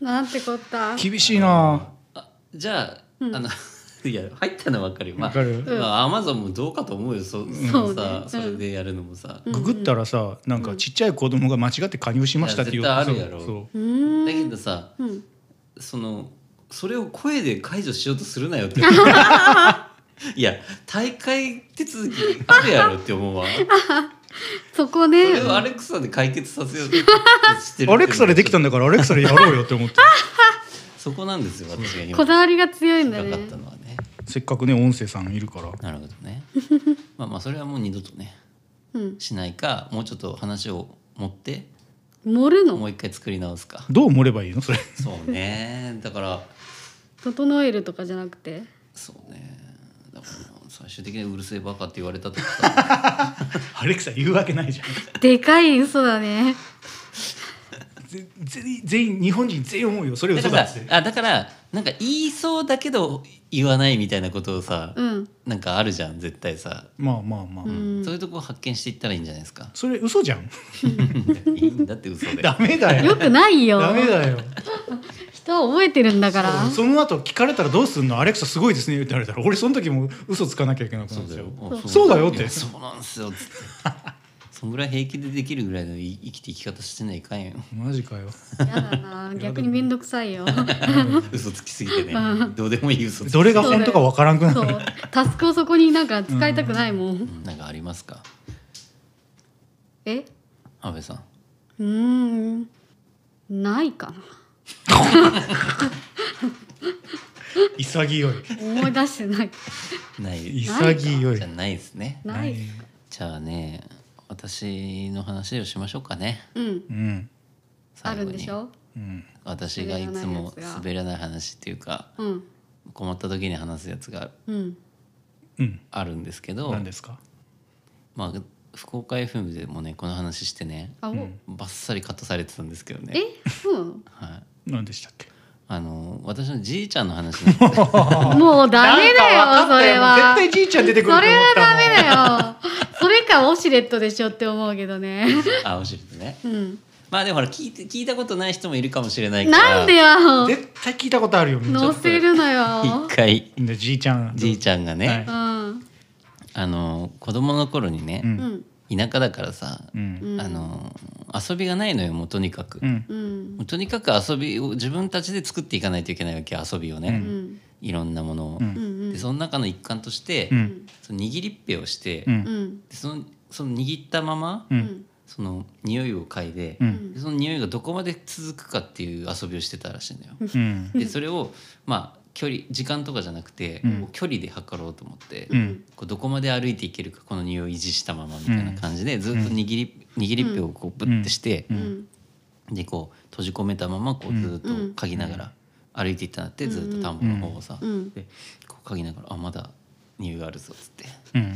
Speaker 3: なんてこった
Speaker 2: 厳しいな
Speaker 4: あじゃあ、あの いや入ったのはわかるよ、まあ、
Speaker 2: わかる
Speaker 4: まあアマゾンもどうかと思うよそ
Speaker 3: そうね
Speaker 4: さ
Speaker 3: うん
Speaker 4: それでやるのもさ、
Speaker 2: ググったらさなんかちっちゃい子供が間違って加入しましたっていう
Speaker 4: いや絶対あるやろ
Speaker 2: そう
Speaker 3: うーん
Speaker 4: だけどさ、
Speaker 3: うん
Speaker 4: そのそれを声で解除しようとするなよっていや大会手続きあるやろって思うわ
Speaker 3: そこ
Speaker 4: そ
Speaker 3: ね
Speaker 4: れをアレクサで解決させようとしてるっていうのが
Speaker 2: アレクサでできたんだからアレクサでやろうよって思って
Speaker 4: そこなんですよ私が今
Speaker 3: こだわりが強いんだ
Speaker 4: 引っ
Speaker 3: ね
Speaker 4: かかったのはね
Speaker 2: せっかくね音声さんいるから
Speaker 4: なるほどねまあまあそれはもう二度とね
Speaker 3: うん
Speaker 4: しないかもうちょっと話を持って
Speaker 3: 盛る
Speaker 4: も
Speaker 3: の
Speaker 4: う一回作り直すか
Speaker 2: どう盛ればいいのそれ
Speaker 4: そうねだから
Speaker 3: 整えるとかじゃなくて
Speaker 4: そうねだから最終的にうるせえバカって言われたとかさ
Speaker 2: アレクサ言うわけないじゃん
Speaker 3: でかい嘘だね
Speaker 2: ぜ全員全員日本人全員思うよそれ
Speaker 4: だ
Speaker 2: 嘘
Speaker 4: か
Speaker 2: だ
Speaker 4: ら
Speaker 2: っ
Speaker 4: さ
Speaker 2: て
Speaker 4: あだからなんか言いそうだけど言わないみたいなことをさ、
Speaker 3: うん
Speaker 4: なんかあるじゃん絶対さ、
Speaker 2: まあまあまあ、
Speaker 4: そういうとこ発見していったらいいんじゃないです か
Speaker 2: それ嘘じゃん
Speaker 4: いいんだって嘘で
Speaker 2: ダメだ
Speaker 3: よ
Speaker 2: よ
Speaker 3: くないよ
Speaker 2: ダメだよ
Speaker 3: 人は覚えてるんだから
Speaker 2: その後聞かれたらどうすんのアレクサすごいですねって言われたら俺その時も嘘つかなきゃいけなくな
Speaker 4: そ
Speaker 2: るん
Speaker 4: うだ
Speaker 2: です
Speaker 4: よ
Speaker 2: よ
Speaker 4: あ
Speaker 2: そうだよって
Speaker 4: いやそうなんですよつってそんぐらい平気でできるぐらいのい生きて生き方してないかんよ
Speaker 2: マジかよ
Speaker 3: やだな逆に面倒くさいよ
Speaker 4: 嘘つきすぎてねどうでもいい嘘つき
Speaker 2: どれが本当かわからんくな
Speaker 3: そ
Speaker 2: る
Speaker 3: うタスクをそこになんか使いたくないもん
Speaker 4: うんなんかありますか
Speaker 3: え
Speaker 4: 安倍さん
Speaker 3: うーんないかな
Speaker 2: 潔い
Speaker 3: 思い出し てない
Speaker 4: ない
Speaker 2: 潔い
Speaker 4: じゃないですね
Speaker 3: ない
Speaker 4: じゃあね私の話をしましょうかね
Speaker 3: うん
Speaker 2: うん
Speaker 3: あ
Speaker 4: 最後
Speaker 3: る
Speaker 4: に
Speaker 3: んでしょ
Speaker 2: うん
Speaker 4: 私がいつも滑らない話っていうか
Speaker 3: うん
Speaker 4: 困った時に話すやつが
Speaker 3: うん
Speaker 2: うん
Speaker 4: あるんですけど
Speaker 2: 何ですか
Speaker 4: まあ福岡 FM でもねこの話してね
Speaker 3: あお、
Speaker 4: バッサリカットされてたんですけどね
Speaker 3: えそうなの
Speaker 4: はい
Speaker 2: 何でしたっけ
Speaker 4: あの私のじいちゃんの話なんですけど
Speaker 3: もうダメ
Speaker 2: なんか分
Speaker 3: だよ
Speaker 2: かっ
Speaker 3: そ
Speaker 2: た
Speaker 3: れ
Speaker 2: も
Speaker 3: は
Speaker 2: う絶対じいちゃん出てくると思
Speaker 3: そ
Speaker 2: っ
Speaker 3: れは
Speaker 2: たもん
Speaker 3: ダメだよそれかオシュレットでしょって思うけどね
Speaker 4: あおしりね
Speaker 3: うん
Speaker 4: まあでもほら聞いて聞いたことない人もいるかもしれないから
Speaker 3: なんでよ
Speaker 2: 絶対聞いたことあるよみんな
Speaker 3: 乗せるのよ
Speaker 4: 一回
Speaker 2: でじいちゃん
Speaker 4: じいちゃんがね、
Speaker 2: はい
Speaker 3: うん
Speaker 4: あの子供の頃にね
Speaker 2: う、
Speaker 3: うんん
Speaker 4: 田舎だからさ、
Speaker 2: うん
Speaker 3: うん
Speaker 4: あの遊びがないのよもうとにかく、
Speaker 2: うん
Speaker 3: うん
Speaker 4: もうとにかく遊びを自分たちで作っていかないといけないわけ遊びをね、
Speaker 3: うん
Speaker 4: いろんなものを、
Speaker 2: うん
Speaker 3: うん
Speaker 4: でその中の一環として、
Speaker 2: うん
Speaker 4: その握りっぺをして、
Speaker 2: う
Speaker 4: で
Speaker 2: ん
Speaker 3: うん
Speaker 4: そのその握ったまま、
Speaker 2: う
Speaker 3: うんん
Speaker 4: その匂いを嗅いで,、
Speaker 2: うん
Speaker 4: でその匂いがどこまで続くかっていう遊びをしてたらしいのよ。
Speaker 2: うん
Speaker 4: でそれをまあ距離時間とかじゃなくて、
Speaker 2: うん
Speaker 4: こう距離で測ろうと思って、
Speaker 2: うん
Speaker 4: こうどこまで歩いていけるかこの匂いを維持したままみたいな感じで、ずっと握り握りっぺをこうぶってして、
Speaker 3: うん
Speaker 4: でこう閉じ込めたままこうずっと嗅ぎながら歩いていったんだって、ずっと田んぼの方をさ、
Speaker 3: うん
Speaker 4: でこう嗅ぎながら「あまだ匂いがあるぞ」っつって
Speaker 2: うん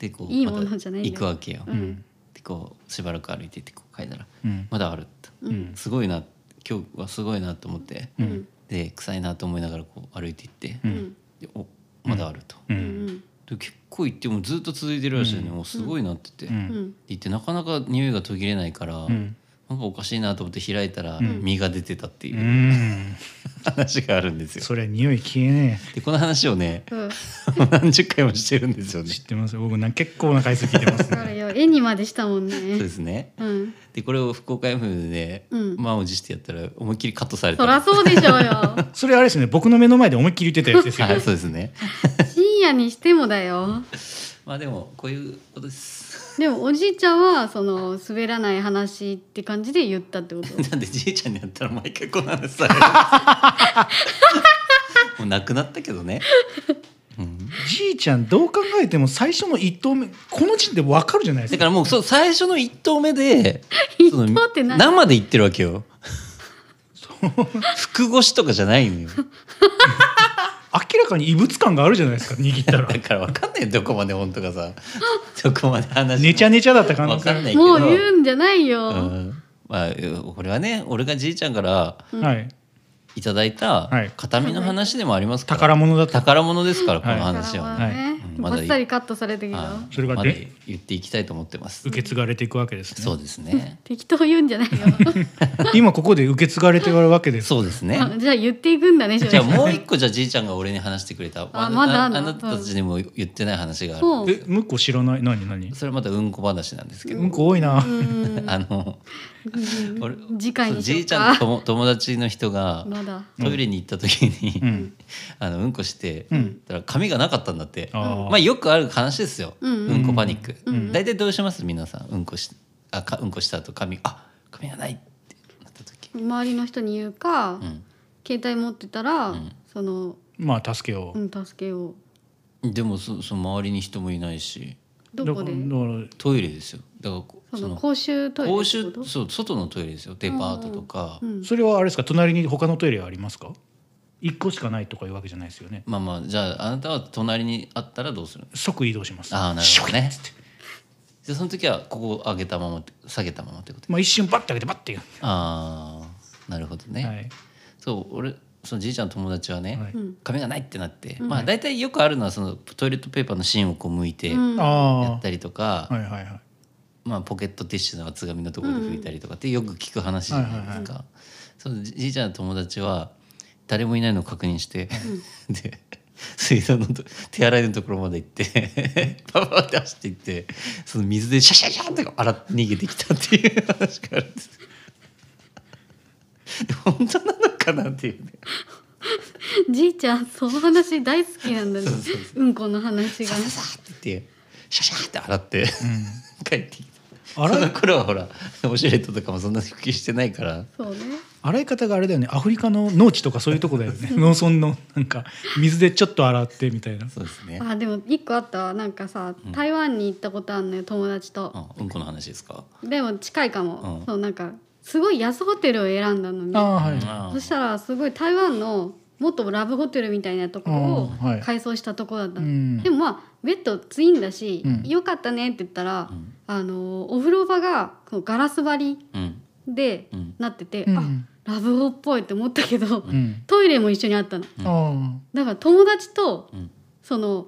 Speaker 4: でこう
Speaker 3: いいも
Speaker 4: ま
Speaker 3: の
Speaker 4: た
Speaker 3: じゃないんだよ
Speaker 4: 行くわけよ。
Speaker 2: うん
Speaker 4: でこうしばらく歩いていってこう嗅いだら
Speaker 2: うん
Speaker 4: 「まだある」って、
Speaker 2: うん
Speaker 4: すごいな今日はすごいなと思って、
Speaker 2: うん
Speaker 4: で臭いなと思いながらこう歩いていって、
Speaker 3: うん
Speaker 4: でおまだあると。
Speaker 2: う
Speaker 3: うんん
Speaker 4: で結構行ってもずっと続いてるらしいよね、もうすごいなってて、
Speaker 2: うん
Speaker 3: うん
Speaker 4: 行ってなかなか匂いが途切れないから、
Speaker 2: ん
Speaker 4: なんかおかしいなと思って開いたら実が出てたっていうう
Speaker 2: ん
Speaker 4: 話があるんですよ。
Speaker 2: それ匂い消えね
Speaker 4: でこの話をね
Speaker 3: うん
Speaker 4: 何十回もしてるんですよ
Speaker 2: え
Speaker 4: ね。
Speaker 2: 知ってます僕な結構な回数聞いてます
Speaker 3: わかるよ絵にまでしたもん
Speaker 4: そうで
Speaker 3: ね
Speaker 4: すね
Speaker 3: うん
Speaker 4: でこれを福岡 FM でね、
Speaker 3: うん
Speaker 4: 満を持してやったら思いっきりカットされた
Speaker 3: そらそうでしょうよ
Speaker 2: それあれですね僕の目の前で思いっきり言ってたやつですよ
Speaker 4: はいそうですね。
Speaker 3: 深夜にしてもだよ
Speaker 4: まあでもこういうことです。
Speaker 3: でもおじいちゃんはその滑らない話って感じで言ったってこと
Speaker 4: なんでじいちゃんになったら毎回この話 される。もうなくなったけどね。うん
Speaker 2: じいちゃんどう考えても最初の一投目この時点で分かるじゃない
Speaker 4: だ
Speaker 2: です
Speaker 4: か
Speaker 2: から
Speaker 4: もうそう最初の一投目で
Speaker 3: 一
Speaker 4: その
Speaker 3: 投って何
Speaker 4: 生で言ってるわけよ。 服越しとかじゃないのよ。
Speaker 2: 明らかに異物感があるじゃないですか握ったら
Speaker 4: だからわかんないよどこまで本当かさ、どこまで話
Speaker 2: ねちゃねちゃだった可能
Speaker 4: わ
Speaker 2: 性
Speaker 4: かんないけ
Speaker 3: も
Speaker 4: ど。
Speaker 3: う言うんじゃないよ、
Speaker 4: うんまあ俺はね、俺がじいちゃんから
Speaker 2: はい
Speaker 4: いただいた
Speaker 2: はい
Speaker 4: 形見の話でもありますから。
Speaker 2: 宝物だった
Speaker 4: 宝物ですからこ
Speaker 2: はい
Speaker 4: の話は
Speaker 3: は
Speaker 4: ね。
Speaker 3: ね
Speaker 4: はい、うんま
Speaker 3: バ
Speaker 4: だい
Speaker 3: ッ
Speaker 4: い
Speaker 3: サリカットされてるけど、
Speaker 4: はい
Speaker 2: それが
Speaker 4: ま
Speaker 2: で
Speaker 4: だ言っていきたいと思ってます。
Speaker 2: 受け継がれていくわけです
Speaker 4: そ
Speaker 2: ね
Speaker 4: うですね。
Speaker 3: 適当言うんじゃないよ
Speaker 2: 今ここで受け継がれているわけです
Speaker 4: そうです ね。
Speaker 3: じゃあ言っていくんだね
Speaker 4: じゃあもう一個じゃあじいちゃんが俺に話してくれた
Speaker 3: あ
Speaker 4: あ
Speaker 3: まだあ
Speaker 4: あ
Speaker 3: んの
Speaker 4: なたたちにも言ってない話がある
Speaker 3: そう
Speaker 2: え向こう知らない何何
Speaker 4: それまたうんこ話なんですけど、
Speaker 2: 向こう多いな、
Speaker 4: あの俺
Speaker 3: 次回
Speaker 4: そう
Speaker 3: にし
Speaker 4: じ
Speaker 3: よう
Speaker 4: いちゃん
Speaker 3: か
Speaker 4: と友友達の人が
Speaker 3: まだ
Speaker 4: トイレに行った時に、
Speaker 2: うん
Speaker 4: あのうんこして、
Speaker 2: うん
Speaker 4: たら髪がなかったんだって
Speaker 2: あー
Speaker 4: まあよくある話ですよ、
Speaker 3: う
Speaker 4: うんん
Speaker 3: うん
Speaker 4: こパニック、
Speaker 3: うん
Speaker 4: 大体どうします皆さんうんこしあかうんこした後髪あ髪がないってなった時、
Speaker 3: 周りの人に言うか、携帯持ってたら、
Speaker 4: ん
Speaker 3: その
Speaker 2: まあ助けを、
Speaker 3: うん助けを
Speaker 4: うん、でもそその周りに人もいないし
Speaker 3: どこで
Speaker 2: だから
Speaker 4: トイレですよだからこ
Speaker 3: その公衆トイレ
Speaker 4: 公
Speaker 3: って
Speaker 4: 衆
Speaker 3: こと
Speaker 4: そう外のトイレですよデパートとか、
Speaker 3: うん
Speaker 2: それはあれですか隣に他のトイレはありますか一個しかないとかいうわけじゃないですよね
Speaker 4: まあまあじゃああなたは隣にあったらどうする
Speaker 2: 即移動します
Speaker 4: ああなるほど
Speaker 2: シュイ
Speaker 4: ね
Speaker 2: ッつって
Speaker 4: でその時はここを上げたまま下げたままってこと
Speaker 2: まあ、一瞬バッて上げてバッてや
Speaker 4: ああなるほどね、
Speaker 2: はい
Speaker 4: そう俺そのじいちゃんの友達はね、
Speaker 2: はい
Speaker 4: 髪がないってなって、まあ大体よくあるのはそのトイレットペーパーの芯をこう向いてや
Speaker 2: あ
Speaker 4: ったりとか、
Speaker 2: あはいはいはい
Speaker 4: まあ、ポケットティッシュの厚紙のところで拭いたりとかってよく聞く話じゃないですか、そのじじいちゃんの友達は誰もいないのを確認して、で水道のと手洗いのところまで行ってパパって走って行ってその水でシャシャシャって洗って逃げてきたっていう話があるんです。で本当なのかなっていうね
Speaker 3: じいちゃんその話大好きなんだねうんこの話が
Speaker 4: さささって言ってシャシャって洗って、帰ってきた
Speaker 2: 洗い
Speaker 4: その頃はほらオシュレットとかもそんなに普及してないから。
Speaker 3: そうね
Speaker 2: 洗い方があれだよねアフリカの農地とかそういうとこだよね農村のなんか水でちょっと洗ってみたいな
Speaker 4: そうですね。
Speaker 3: あでも一個あったわなんかさ台湾に行ったことあんのよ友達と、
Speaker 4: あうんこの話ですか。
Speaker 3: でも近いかも、
Speaker 4: うん
Speaker 3: そうなんかすごい安ホテルを選んだのに
Speaker 2: ああはい
Speaker 4: あ
Speaker 3: そしたらすごい台湾の元ラブホテルみたいなところを
Speaker 2: あーはい
Speaker 3: 改装したところだったの、
Speaker 2: うん
Speaker 3: でもまあベッドツインだし、
Speaker 2: うん
Speaker 3: よかったねって言ったら、
Speaker 4: ん
Speaker 3: あのお風呂場がこうガラス張り
Speaker 4: うん。
Speaker 3: で
Speaker 4: うん
Speaker 3: なってて、
Speaker 2: うん
Speaker 3: あラブホっぽいって思ったけど、
Speaker 2: うん
Speaker 3: トイレも一緒にあったの
Speaker 2: あ
Speaker 3: だから友達と
Speaker 4: うん。
Speaker 3: その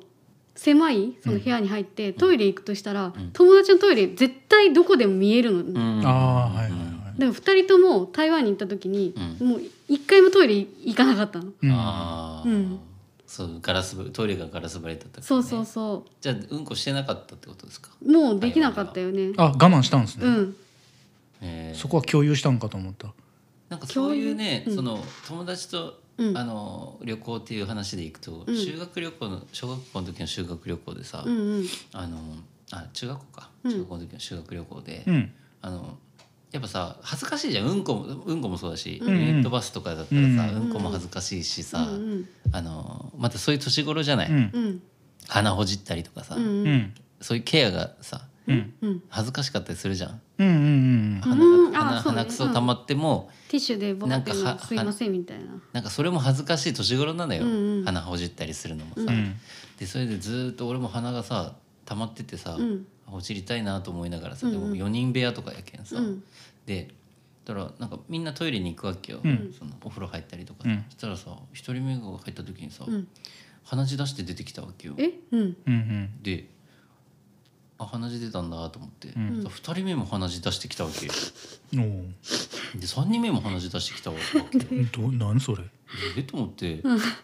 Speaker 3: 狭いその部屋に入ってトイレ行くとしたら、
Speaker 4: ん
Speaker 3: 友達のトイレ絶対どこでも見えるの、
Speaker 4: うん
Speaker 2: あああはいはいはい
Speaker 3: でも2人とも台湾に行った時に、
Speaker 4: う
Speaker 3: もう1回もトイレ行かなかったの。
Speaker 2: うん
Speaker 4: ああ。
Speaker 3: うん
Speaker 4: そうガラスぶトイレがガラス張りだったからね
Speaker 3: そうそうそ
Speaker 4: じゃあうんこしてなかったってことですか。
Speaker 3: うもうできなかったよね
Speaker 2: あ我慢したんですね、
Speaker 3: うん
Speaker 4: えー
Speaker 2: そこは共有したんかと思った
Speaker 4: なんかそういうね
Speaker 3: 共有う
Speaker 4: そ
Speaker 3: ん
Speaker 4: の友達と、
Speaker 3: うん
Speaker 4: あの旅行っていう話でいくと、
Speaker 3: うん
Speaker 4: 修学旅行の小学校の時の修学旅行でさ、
Speaker 3: うんうん
Speaker 4: あのあ中学校か
Speaker 3: うん
Speaker 4: 中学校の時の修学旅行で、
Speaker 2: うん
Speaker 4: あのやっぱさ恥ずかしいじゃんうんこもうんこもそうだし、
Speaker 2: ん
Speaker 4: ユニットバスとかだったらさ、
Speaker 2: う
Speaker 4: うん、こも恥ずかしいしさ、
Speaker 3: うん
Speaker 4: あのまたそういう年頃じゃない、
Speaker 2: うん
Speaker 3: うん
Speaker 4: 鼻ほじったりとかさ、
Speaker 3: うんうん
Speaker 2: うん
Speaker 4: そういうケアがさ
Speaker 2: うん
Speaker 3: うん
Speaker 4: 恥ずかしかったりするじゃん
Speaker 2: うんうんうん
Speaker 4: 鼻
Speaker 3: うん
Speaker 4: が鼻
Speaker 3: あそうね
Speaker 4: 鼻くそ溜まっても、
Speaker 3: ティッシュでボーって
Speaker 4: なん
Speaker 3: の
Speaker 4: かは
Speaker 3: すいませんみたいな
Speaker 4: なんかそれも恥ずかしい年頃なのよ、
Speaker 3: うんうん
Speaker 4: 鼻ほじったりするのもさ、
Speaker 2: うんうん
Speaker 4: でそれでずーっと俺も鼻がさ溜まっててさ、
Speaker 3: うん
Speaker 4: ほじりたいなと思いながらさ、
Speaker 3: うんうん
Speaker 4: でも4人部屋とかやけんさ、
Speaker 3: うん
Speaker 4: でだからなんかみんなトイレに行くわけよ、
Speaker 2: うん
Speaker 4: そのお風呂入ったりとか、
Speaker 2: うん
Speaker 4: そしたらさ一人目が入った時にさ、
Speaker 3: うん
Speaker 4: 鼻血出して出てきたわけよ
Speaker 3: えうん
Speaker 2: うんうん
Speaker 4: であ鼻血出たんだと思って、
Speaker 2: ん
Speaker 4: 2人目も鼻血出してきたわけよ
Speaker 2: うんお
Speaker 4: で3人目も鼻血出してきたわ けで
Speaker 2: ーどなんそれ
Speaker 4: えっと思って、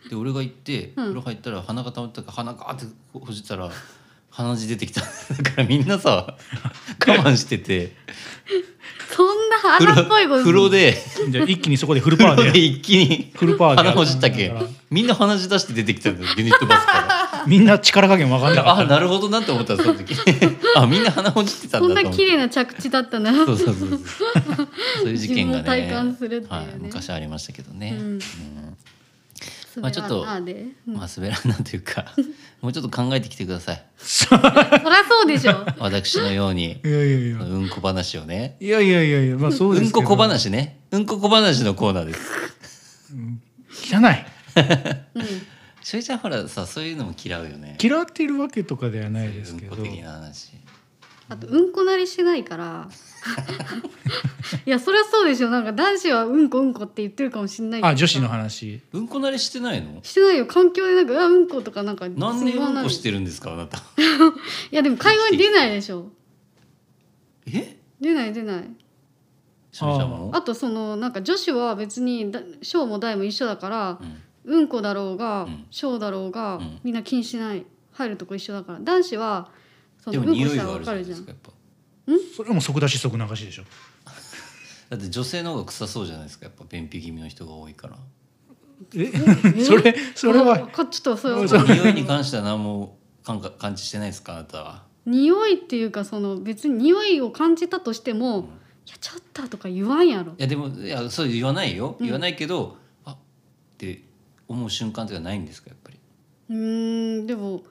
Speaker 4: で俺が行って風呂入ったら鼻が溜まってたから鼻がーってほじったら鼻血出てきた だからみんな さ我慢してて
Speaker 3: そんな
Speaker 4: 風
Speaker 3: 鼻っぽいこ
Speaker 4: 呂
Speaker 3: と
Speaker 4: 風呂で
Speaker 2: じゃあ一気にそこでフルパ
Speaker 4: 風
Speaker 2: ワ
Speaker 4: 呂
Speaker 2: ー
Speaker 4: で
Speaker 2: で
Speaker 4: 一気に
Speaker 2: フルパワーで
Speaker 4: 鼻ほじったけ
Speaker 2: だから
Speaker 4: みんな鼻血出して出てきたんだよユニットバス から。
Speaker 2: みんな力加減わかんなか
Speaker 4: あ
Speaker 2: っ
Speaker 4: なるほどなって思ったその 時あみんな鼻ほじってたん
Speaker 3: そ
Speaker 4: だと思
Speaker 3: ん
Speaker 4: って
Speaker 3: な綺麗な着地だったな
Speaker 4: そうそうそうそう。そういう事件がね。
Speaker 3: 自分を体感するっていうね
Speaker 4: はい、昔ありましたけどね。
Speaker 3: うん
Speaker 4: まあちょっと
Speaker 3: 滑らんなでうん
Speaker 4: まあ滑らんなというか、 もうちょっと考えてきてください。
Speaker 3: そりゃそうでしょ
Speaker 4: 私のように
Speaker 2: たい、やいやいや
Speaker 4: うんこ話をね。
Speaker 2: いやいやいやいやまあそう
Speaker 4: う
Speaker 2: です
Speaker 4: ん
Speaker 2: けど
Speaker 4: こ小話ね。うんこ小話のコーナーです。
Speaker 2: 汚い
Speaker 4: しおりちゃんほらさ、そういうのも嫌うよね。
Speaker 2: 嫌ってるわけとかではないです
Speaker 4: うん
Speaker 2: け
Speaker 4: こ
Speaker 2: ど
Speaker 4: 的な話。
Speaker 3: あとうんこ慣れしてないから いやそりゃそうでしょなんか男子はうんこうんこって言ってるかもしれないけどさ
Speaker 2: あ女子の話
Speaker 4: うんこ慣れしてないの？
Speaker 3: してないよ環境でなんかうわうんことかなんか
Speaker 4: 何年うんこして
Speaker 3: る
Speaker 4: るんですかあなた？
Speaker 3: いやでも会話に出ないでしょ
Speaker 4: え？
Speaker 3: 出ない出ない
Speaker 4: しおりちゃんも？
Speaker 3: あとそのなんか女子は別にだ小も大も一緒だから
Speaker 4: う、ん
Speaker 3: うん、こだろうが
Speaker 4: ん
Speaker 3: 小だろうが、
Speaker 4: ん
Speaker 3: みんな気にしない入るとこ一緒だから男子はそ
Speaker 4: で
Speaker 3: の
Speaker 4: も
Speaker 3: うんこ
Speaker 4: 匂
Speaker 3: し
Speaker 4: い
Speaker 3: たら
Speaker 4: があ
Speaker 3: 分
Speaker 4: るじゃないで
Speaker 3: かるじゃ
Speaker 4: す
Speaker 3: ん
Speaker 4: かやっぱ。
Speaker 2: それも即出し即流しでしょ
Speaker 4: だって女性の方が臭そうじゃないですかやっぱ便秘気味の人が多いから
Speaker 2: えそれそれ
Speaker 3: あ
Speaker 2: は
Speaker 3: こちょっとそれは
Speaker 2: そう
Speaker 4: 匂いに関しては何も感か感知してないですかあなたは
Speaker 3: 匂いっていうかその別に匂いを感じたとしても「いやちょっと」とか言わんやろ
Speaker 4: いやでもいやそう言わないよ言わないけど、あって思う瞬間っていうのはないんですかやっぱり
Speaker 3: うーんでも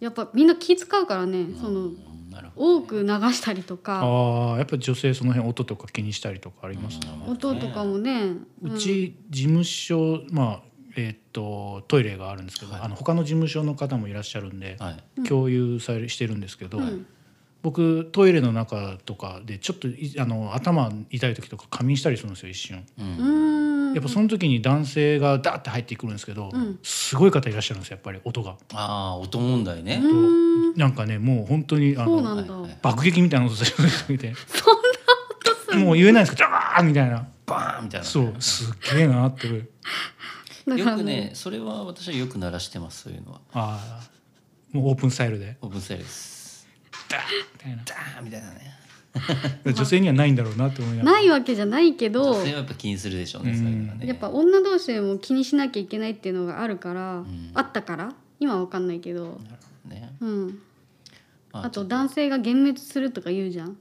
Speaker 3: やっぱみんな気使うからね、そ
Speaker 4: う
Speaker 3: の
Speaker 4: んなるほど
Speaker 3: 多く流したりとか
Speaker 2: ああやっぱ女性その辺音とか気にしたりとかありますね、
Speaker 3: 音とかもね
Speaker 2: うち事務所まあえーっとトイレがあるんですけど、
Speaker 4: はい
Speaker 2: あの他の事務所の方もいらっしゃるんで、
Speaker 4: はい
Speaker 2: 共有されしてるんですけど、
Speaker 3: うん
Speaker 2: 僕トイレの中とかでちょっといあの頭痛い時とか仮眠したりするんですよ一瞬、
Speaker 3: うーん
Speaker 2: やっぱその時に男性がダーって入ってくるんですけど、
Speaker 3: ん
Speaker 2: すごい方いらっしゃるんですよやっぱり音が、
Speaker 4: ああ音問題ね、
Speaker 3: うーん
Speaker 2: なんかねもう本当にあ
Speaker 3: そう
Speaker 2: の
Speaker 3: なんだ、
Speaker 4: はいはい
Speaker 2: 爆撃みたいな音する人 てもう言えないんですけど「ダー!」みたいな
Speaker 4: バーンみたいな
Speaker 2: そうすっげえなって
Speaker 3: だから
Speaker 4: よくねそれは私はよく鳴らしてますそういうのは
Speaker 2: ああもうオープンスタイルで
Speaker 4: オープンスタイルです
Speaker 2: 「ダー!」みたいな
Speaker 4: ダーンみたいなね
Speaker 2: 女性にはないんだろうなって思いながら
Speaker 3: ないわけじゃないけど
Speaker 4: 女性はやっぱ気にするでしょうね、そういうのはね
Speaker 3: やっぱ女同士でも気にしなきゃいけないっていうのがあるから、あったから今は分かんないけど、
Speaker 4: ね
Speaker 3: うん、
Speaker 4: ま
Speaker 3: あと男性が幻滅するとか言うじゃん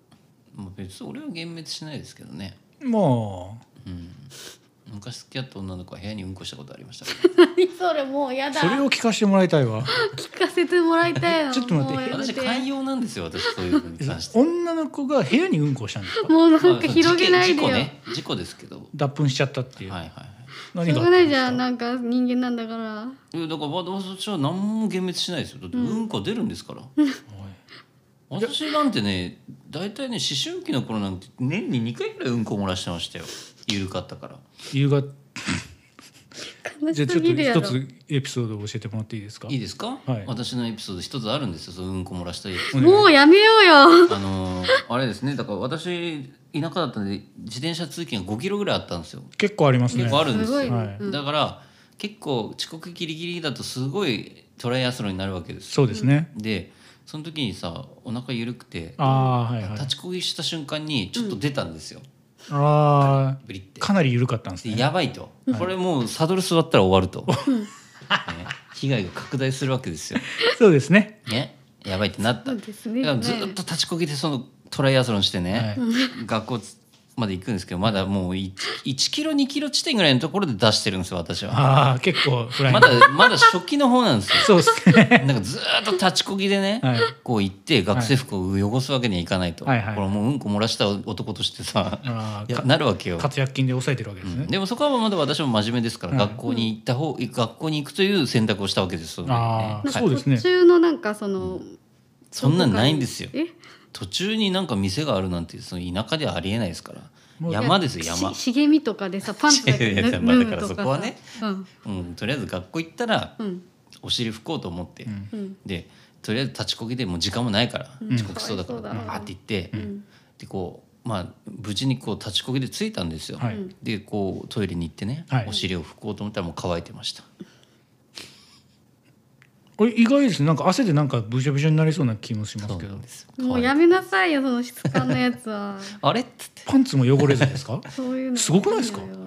Speaker 4: まあ別に俺は幻滅しないですけどね
Speaker 2: も
Speaker 4: 昔付き合った女の子は部屋にうんこしたことありましたから
Speaker 3: 何 それもうや
Speaker 2: う
Speaker 3: だ
Speaker 2: それを聞かせてもらいたいわ
Speaker 3: 聞かせてもらいたいの
Speaker 2: ちょっと待って
Speaker 3: もうやめ
Speaker 4: 私寛容なんですよ私そういうのに関して
Speaker 2: 女の子が部屋にうんこしたんですか
Speaker 3: もう なん
Speaker 4: まあ
Speaker 3: か広げないでよ、
Speaker 4: 事件事故ね事故ですけどはい
Speaker 2: 脱粉しちゃったっていう、
Speaker 4: はいは
Speaker 2: 何
Speaker 3: しょう
Speaker 2: があった
Speaker 3: がなん
Speaker 2: で
Speaker 3: いじ
Speaker 2: す
Speaker 3: ゃ
Speaker 2: か
Speaker 3: んなんか人間なんだから
Speaker 4: いいやだから私は何も幻滅しないですよだってうんこ出るんですから、私なんてね大体ね思春期の頃なんて年に2回ぐらいうんこ漏らしてましたよ緩かったから
Speaker 2: 夕方
Speaker 3: 悲
Speaker 2: じゃ
Speaker 3: し
Speaker 2: あちょ
Speaker 3: す
Speaker 2: っと
Speaker 3: ぎるや
Speaker 2: 一
Speaker 3: ろ
Speaker 2: つエピソードを教えてもらっていいですか
Speaker 4: いいですか、
Speaker 2: はい
Speaker 4: 私のエピソード一つあるんですよそのうんこ漏らしたエピソード
Speaker 3: もうやめようよ
Speaker 4: あのーあれですねだから私田舎だったんで自転車通勤が5キロぐらいあったんですよ
Speaker 2: 結構ありますね
Speaker 4: 結構あるんですよ
Speaker 3: すごいね
Speaker 2: はい
Speaker 4: だから結構遅刻ギリギリだとすごいトライアスロンになるわけですよ
Speaker 2: そうですね、
Speaker 4: でその時にさお腹緩くて
Speaker 2: ああーはいはい
Speaker 4: 立ちこぎした瞬間にちょっと出たんですよ、
Speaker 2: あ
Speaker 4: ブリって
Speaker 2: あかなり緩かったんです
Speaker 4: で
Speaker 2: ね
Speaker 4: やばいと、これもうサドル座ったら終わると、ね、被害が拡大するわけですよ、
Speaker 2: そうですね
Speaker 4: ね、やばいってなった
Speaker 3: そうです
Speaker 4: だ
Speaker 3: ね
Speaker 4: からずっと立ちこぎでそのトライアスロンしてね、学校つまで行くんですけどまだもう 1, 1キロ2キロ地点ぐらいのところで出してるんですよ私は。
Speaker 2: ああ結構フライ
Speaker 4: ま
Speaker 2: ング
Speaker 4: だまだ初期の方なんですよ。
Speaker 2: そうで すね
Speaker 4: なんかずーっと立ちこぎでね、
Speaker 2: はい
Speaker 4: こう行って学生服を汚すわけにはいかないと、
Speaker 2: はいはい
Speaker 4: これもううんこ漏らした男としてさ、
Speaker 2: あー
Speaker 4: いや
Speaker 2: か
Speaker 4: なるわけよ。
Speaker 2: 活躍金で抑えてるわけですね、
Speaker 4: でもそこはまだ私も真面目ですから、
Speaker 2: はい
Speaker 4: 学校に行った方学校に行くという選択をしたわけですよ、ね
Speaker 2: あ
Speaker 4: は
Speaker 2: ー
Speaker 4: い
Speaker 2: そうですね
Speaker 3: 途中のなんかその
Speaker 4: そんなんないんですよ
Speaker 3: え
Speaker 4: 途中になんか店があるなんてその田舎ではありえないですから
Speaker 2: もう
Speaker 4: 山ですよ山
Speaker 3: し、茂みとか でさパンツだけ
Speaker 4: いやいや
Speaker 3: 脱
Speaker 4: まあ
Speaker 3: ぐ
Speaker 4: だから
Speaker 3: と
Speaker 4: そ
Speaker 3: か
Speaker 4: こはね
Speaker 3: さうん
Speaker 4: うん、とりあえず学校行ったら
Speaker 3: うん
Speaker 4: お尻拭こうと思って、
Speaker 2: ん
Speaker 3: うん
Speaker 4: でとりあえず立ちこぎでもう時間もないから、
Speaker 3: うん
Speaker 4: 遅刻しそうだからバ
Speaker 3: かわいそうだな
Speaker 4: ーって行って、
Speaker 3: ん
Speaker 4: でこうまあ無事にこう立ちこぎで着いたんですよ、
Speaker 2: はい
Speaker 3: うん
Speaker 4: でこうトイレに行ってね、
Speaker 2: はい
Speaker 4: お尻を拭こうと思ったらもう乾いてました
Speaker 2: これ意外ですねなんか汗でなんかブシャブシャになりそうな気もします
Speaker 4: そう
Speaker 2: け
Speaker 4: な
Speaker 2: ど
Speaker 4: んですよ
Speaker 3: も
Speaker 4: 乾
Speaker 3: う
Speaker 4: いて
Speaker 3: やめなさいよその質感のや つは
Speaker 4: あれっつって
Speaker 2: パンツも汚れずです か
Speaker 3: そういうの
Speaker 2: すごくないですか
Speaker 3: いいのよ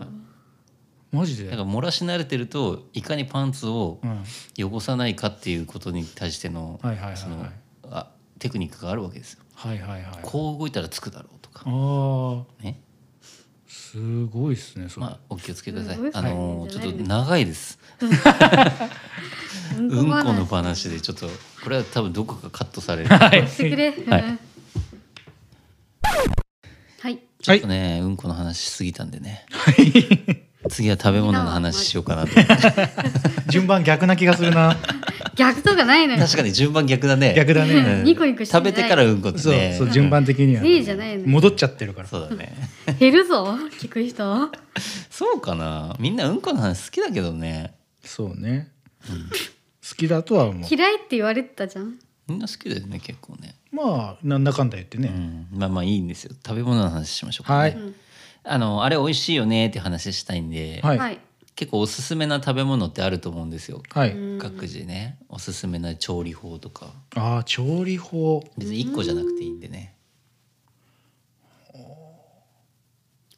Speaker 2: マジ
Speaker 4: だ
Speaker 2: で
Speaker 4: から漏らし慣れてるといかにパンツを
Speaker 2: うん
Speaker 4: 汚さないかっていうことに対しての,、
Speaker 2: はいはいはいはい
Speaker 4: そのあテクニックがあるわけですよ。
Speaker 2: はいはいはい
Speaker 4: こう動いたらつくだろうとか、
Speaker 2: ああ
Speaker 4: ね
Speaker 2: すごいですねそれ、
Speaker 4: まあ、お気をつけください
Speaker 3: すごい
Speaker 4: あのー
Speaker 3: はい
Speaker 4: ちょっと長いです
Speaker 3: う
Speaker 4: うんん
Speaker 3: こ
Speaker 4: こ
Speaker 3: 話
Speaker 4: の話でちょっとこれは多分どこかカットされる
Speaker 2: はい
Speaker 3: してくれ
Speaker 4: は
Speaker 3: はいい、はい、
Speaker 4: ちょっとねうんこの話しすぎたんでね次は食べ物の話しようかなと
Speaker 2: 順番逆な気がす るな
Speaker 3: 逆とかないのよ
Speaker 4: 確かに順番逆だね
Speaker 2: 逆だね
Speaker 4: うん
Speaker 3: ニコニコしてな
Speaker 4: 食
Speaker 3: い
Speaker 4: べてからうんこって
Speaker 2: そう
Speaker 4: ね
Speaker 2: そう順番的には、
Speaker 3: ねえじゃないのよ
Speaker 2: 戻っちゃってるから
Speaker 4: そうだね
Speaker 3: 減るぞ聞く人
Speaker 4: そうかなみんなうんこの話好きだけどね
Speaker 2: そうね、好きだとは思う
Speaker 3: 嫌いって言われてたじゃん
Speaker 4: みんな好きだよね結構ね、
Speaker 2: まあなんだかんだ言ってね、
Speaker 4: うん、まあまあいいんですよ食べ物の話しましょうか、ね、
Speaker 2: は
Speaker 3: う
Speaker 2: い
Speaker 3: ん
Speaker 4: あのあれ美味しいよねって話したいんで、
Speaker 2: はい
Speaker 3: はい
Speaker 4: 結構おすすめな食べ物ってあると思うんですよ、
Speaker 2: はい、
Speaker 3: うん
Speaker 4: 各自ねおすすめな調理法とか
Speaker 2: ああ調理法
Speaker 4: 別に1個じゃなくていいんでね、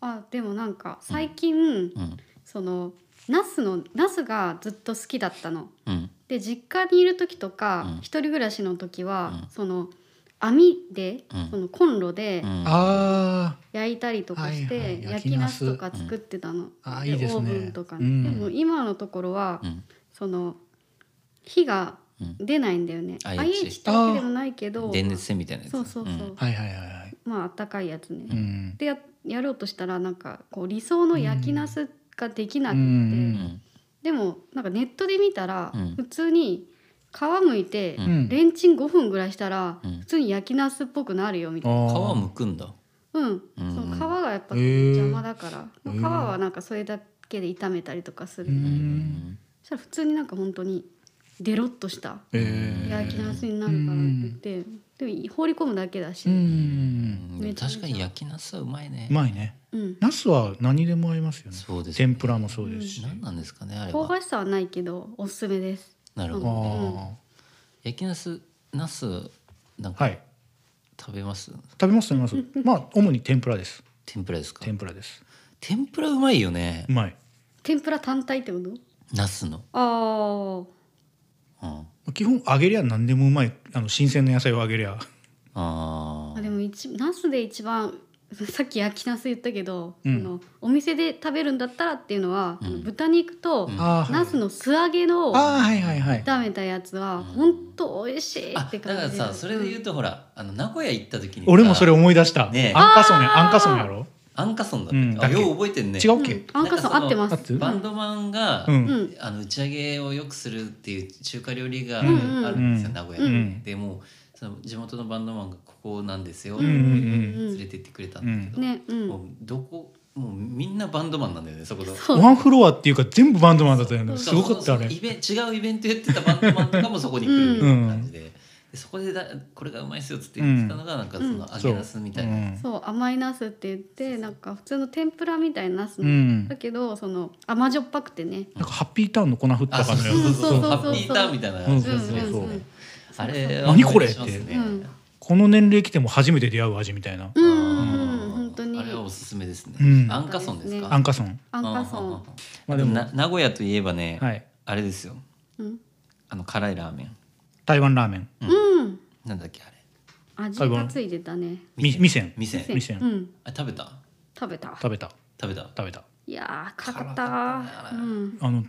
Speaker 3: あでもなんか最近、
Speaker 4: うん
Speaker 3: そのナスのナスがずっと好きだったの。
Speaker 4: うん、
Speaker 3: で実家にいる時とか、
Speaker 4: うん
Speaker 3: 一人暮らしの時は、
Speaker 4: うん
Speaker 3: その網で、
Speaker 4: うん
Speaker 3: そのコンロで
Speaker 4: うん
Speaker 2: あ
Speaker 3: 焼いたりとかして、
Speaker 2: はいはい
Speaker 3: 焼
Speaker 2: 焼き
Speaker 3: き
Speaker 2: ナ
Speaker 3: ナ
Speaker 2: ス
Speaker 3: スとか作ってたの。
Speaker 2: あーいいですね
Speaker 3: オーブンとか、
Speaker 2: うん
Speaker 3: でも今のところは、
Speaker 4: うん
Speaker 3: その火が出ないんだよね。
Speaker 4: うん
Speaker 3: IH ってわけでもないけど、
Speaker 4: 電熱線みたいなやつ
Speaker 3: そうそうそう。
Speaker 4: ん
Speaker 2: あはいはいはいはい
Speaker 3: まああったかいやつね。
Speaker 2: うん
Speaker 3: でややろうとしたらなんかこう理想の焼きナスができなくて。
Speaker 2: うん
Speaker 4: うん
Speaker 3: でもなんかネットで見たら、
Speaker 4: うん
Speaker 3: 普通に皮むいて、
Speaker 4: うん
Speaker 2: うん
Speaker 3: レンチン5分ぐらいしたら、
Speaker 4: うん
Speaker 3: 普通に焼きナスっぽくなるよみたいな。
Speaker 4: 皮
Speaker 2: あ
Speaker 4: を
Speaker 2: ー
Speaker 4: むくんだ
Speaker 3: うん、
Speaker 4: うん
Speaker 3: その皮がやっぱ
Speaker 2: へー
Speaker 3: 邪魔だから、
Speaker 2: へー
Speaker 3: 皮はなんかそれだけで炒めたりとかする、
Speaker 2: う
Speaker 4: うんん
Speaker 3: そしたら普通になんか本当にデロッとした
Speaker 2: え
Speaker 3: 焼きナスになるからって言って、でも放り込むだけだし、
Speaker 2: ーう
Speaker 3: うん
Speaker 2: ん
Speaker 4: でも確かに焼きナスはうまいね
Speaker 2: うまいねナスは何でも合いますよね
Speaker 4: そうですね
Speaker 2: 天ぷらもそうですし、
Speaker 4: 何なんですかねあれ
Speaker 3: 香
Speaker 4: は
Speaker 3: ばしさはないけどおすすめです。
Speaker 4: なるほ
Speaker 2: あ
Speaker 4: ど
Speaker 2: あ
Speaker 4: 焼きナスナスなん
Speaker 2: は
Speaker 4: か
Speaker 2: い
Speaker 4: 食べます
Speaker 2: 食べます食べ ますまあ主に天ぷらです
Speaker 4: 天ぷらですか
Speaker 2: 天ぷらです
Speaker 4: 天ぷらうまいよね
Speaker 2: うまい
Speaker 3: 天ぷら単体ってこと？
Speaker 4: ナスの
Speaker 3: ああ。
Speaker 4: うん
Speaker 2: 基本揚げりゃ何でもうまいあの新鮮な野菜を揚げりゃ
Speaker 4: あ
Speaker 3: あ
Speaker 4: ー
Speaker 3: でも一ナスで一番さっき焼きナス言ったけど、
Speaker 2: うん
Speaker 3: あのお店で食べるんだったらっていうのは、あの豚肉と
Speaker 4: ん
Speaker 2: あーはい
Speaker 3: ナスの素揚げの
Speaker 2: ああはいはいはい
Speaker 3: 炒めたやつは本当美味しいっ
Speaker 4: あ
Speaker 3: て
Speaker 4: だ
Speaker 3: 感
Speaker 4: か
Speaker 3: じ
Speaker 4: ら
Speaker 3: で
Speaker 4: さそれで言うとほらあの名古屋行った時にさ
Speaker 2: 俺もそれ思い出した、
Speaker 4: ねえ
Speaker 2: アンカソンやアンカソンやろ
Speaker 4: アンカソンだっ
Speaker 2: うん
Speaker 4: た
Speaker 2: だ
Speaker 4: っ
Speaker 2: っけ
Speaker 4: けあよう覚えてんね
Speaker 2: 違うっ
Speaker 3: う
Speaker 2: け、
Speaker 3: ん、アンカソン合ってま
Speaker 2: 合って
Speaker 3: す
Speaker 2: る
Speaker 4: バンドマンが、
Speaker 2: うん
Speaker 3: うん
Speaker 4: あの打ち上げをよくするっていう中華料理があ
Speaker 2: う
Speaker 4: るん
Speaker 2: ん
Speaker 4: ですよ、
Speaker 2: うん
Speaker 4: 名古屋に、
Speaker 2: うん
Speaker 4: でもうその地元のバンドマンがここなんですよ、
Speaker 3: うん
Speaker 2: うん
Speaker 4: 連れてってくれたんだけど、
Speaker 3: ねうん
Speaker 4: もうどこもうみんなバンドマンなんだよねそこの。
Speaker 3: そう
Speaker 2: ワンフロアっていうか全部バンドマンだったよね
Speaker 4: し
Speaker 2: す
Speaker 4: も
Speaker 2: ごかったあれ
Speaker 4: そのイベ違うイベントやってたバンドマンとかもそこに来るみたいな感じで,、でそこでだこれがうまいっすよっつって言ってたのがなんかその揚げなすみたいな、
Speaker 2: うん
Speaker 3: そう甘いナスって言ってなんか普通の天ぷらみたいなナス
Speaker 2: う
Speaker 3: の、
Speaker 2: ん
Speaker 3: だけどその甘じょっぱくてね
Speaker 2: なんかハッピーターンの粉振った
Speaker 4: あそう
Speaker 2: か
Speaker 4: そ
Speaker 2: の
Speaker 4: う
Speaker 2: よう
Speaker 4: そうそ
Speaker 2: な
Speaker 4: う
Speaker 2: そう
Speaker 4: ハッピーターンみたいな感じがするやつね、
Speaker 3: うんうんうん
Speaker 4: あれ
Speaker 2: 何こ
Speaker 4: 思い
Speaker 2: れ
Speaker 4: 出しますね
Speaker 3: ってうん
Speaker 2: この年齢来ても初めて出会う味みたいな、
Speaker 3: うんうん
Speaker 4: あ
Speaker 3: うん
Speaker 4: ー
Speaker 3: 本当に
Speaker 4: あれはおすすめですね、
Speaker 2: うん
Speaker 4: アンカソンですか、
Speaker 2: アンカソン
Speaker 3: アンカソ
Speaker 4: うんうんうん
Speaker 3: ン
Speaker 4: まあでもな名古屋といえばね、
Speaker 2: はい
Speaker 4: あれですよ
Speaker 3: うん、
Speaker 4: あの辛いラーメン
Speaker 2: 台湾ラーメン
Speaker 3: うん、
Speaker 4: なんだっけあれ
Speaker 3: 味がついてたね
Speaker 2: み味仙
Speaker 4: 店
Speaker 2: 店
Speaker 3: うん
Speaker 4: あ食べた
Speaker 3: 食べた
Speaker 2: 食べた
Speaker 4: 食べた
Speaker 2: 食べた
Speaker 3: いやー辛かったうん
Speaker 2: あの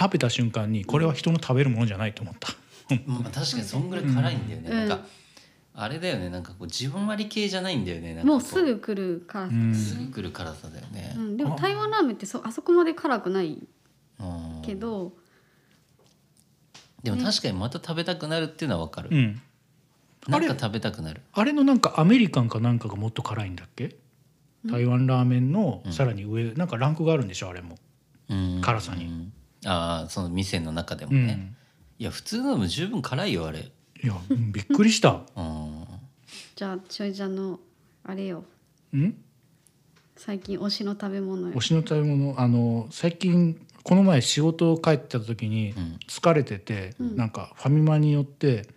Speaker 2: 食べた瞬間にこれは人の食べるものじゃないと思った、
Speaker 4: まあ確かにそんぐらい辛いんだよね、
Speaker 3: うん
Speaker 4: なんかあれだよねなんかこう自分割り系じゃないんだよねなんかこ
Speaker 3: もうすぐ来るから、う
Speaker 2: うんん
Speaker 4: すぐ来る辛さだよね、
Speaker 3: でも台湾ラーメンってそあそこまで辛くない
Speaker 4: うん
Speaker 3: けど、
Speaker 4: でも確かにまた食べたくなるっていうのはわかる、
Speaker 2: うん、
Speaker 4: な
Speaker 2: あ
Speaker 4: ん
Speaker 2: れ
Speaker 4: か食べたくなる
Speaker 2: あれのなんかアメリカンかなんかがもっと辛いんだっけ台湾ラーメンのさらに上、なんかランクがあるんでしょあれも、
Speaker 4: うん
Speaker 2: 辛さに
Speaker 4: うんああその店の中でも
Speaker 2: う
Speaker 4: ね、
Speaker 2: ん、
Speaker 4: いや普通のも十分辛いよあれ
Speaker 2: いやうんびっくりした
Speaker 4: うん
Speaker 3: じゃあちょいちゃんのあれよ
Speaker 2: うん
Speaker 3: 最近推しの食べ物よ
Speaker 2: 推しの食べ物あの最近この前仕事を帰ってた時に
Speaker 4: うん
Speaker 2: 疲れてて、なんかファミマによって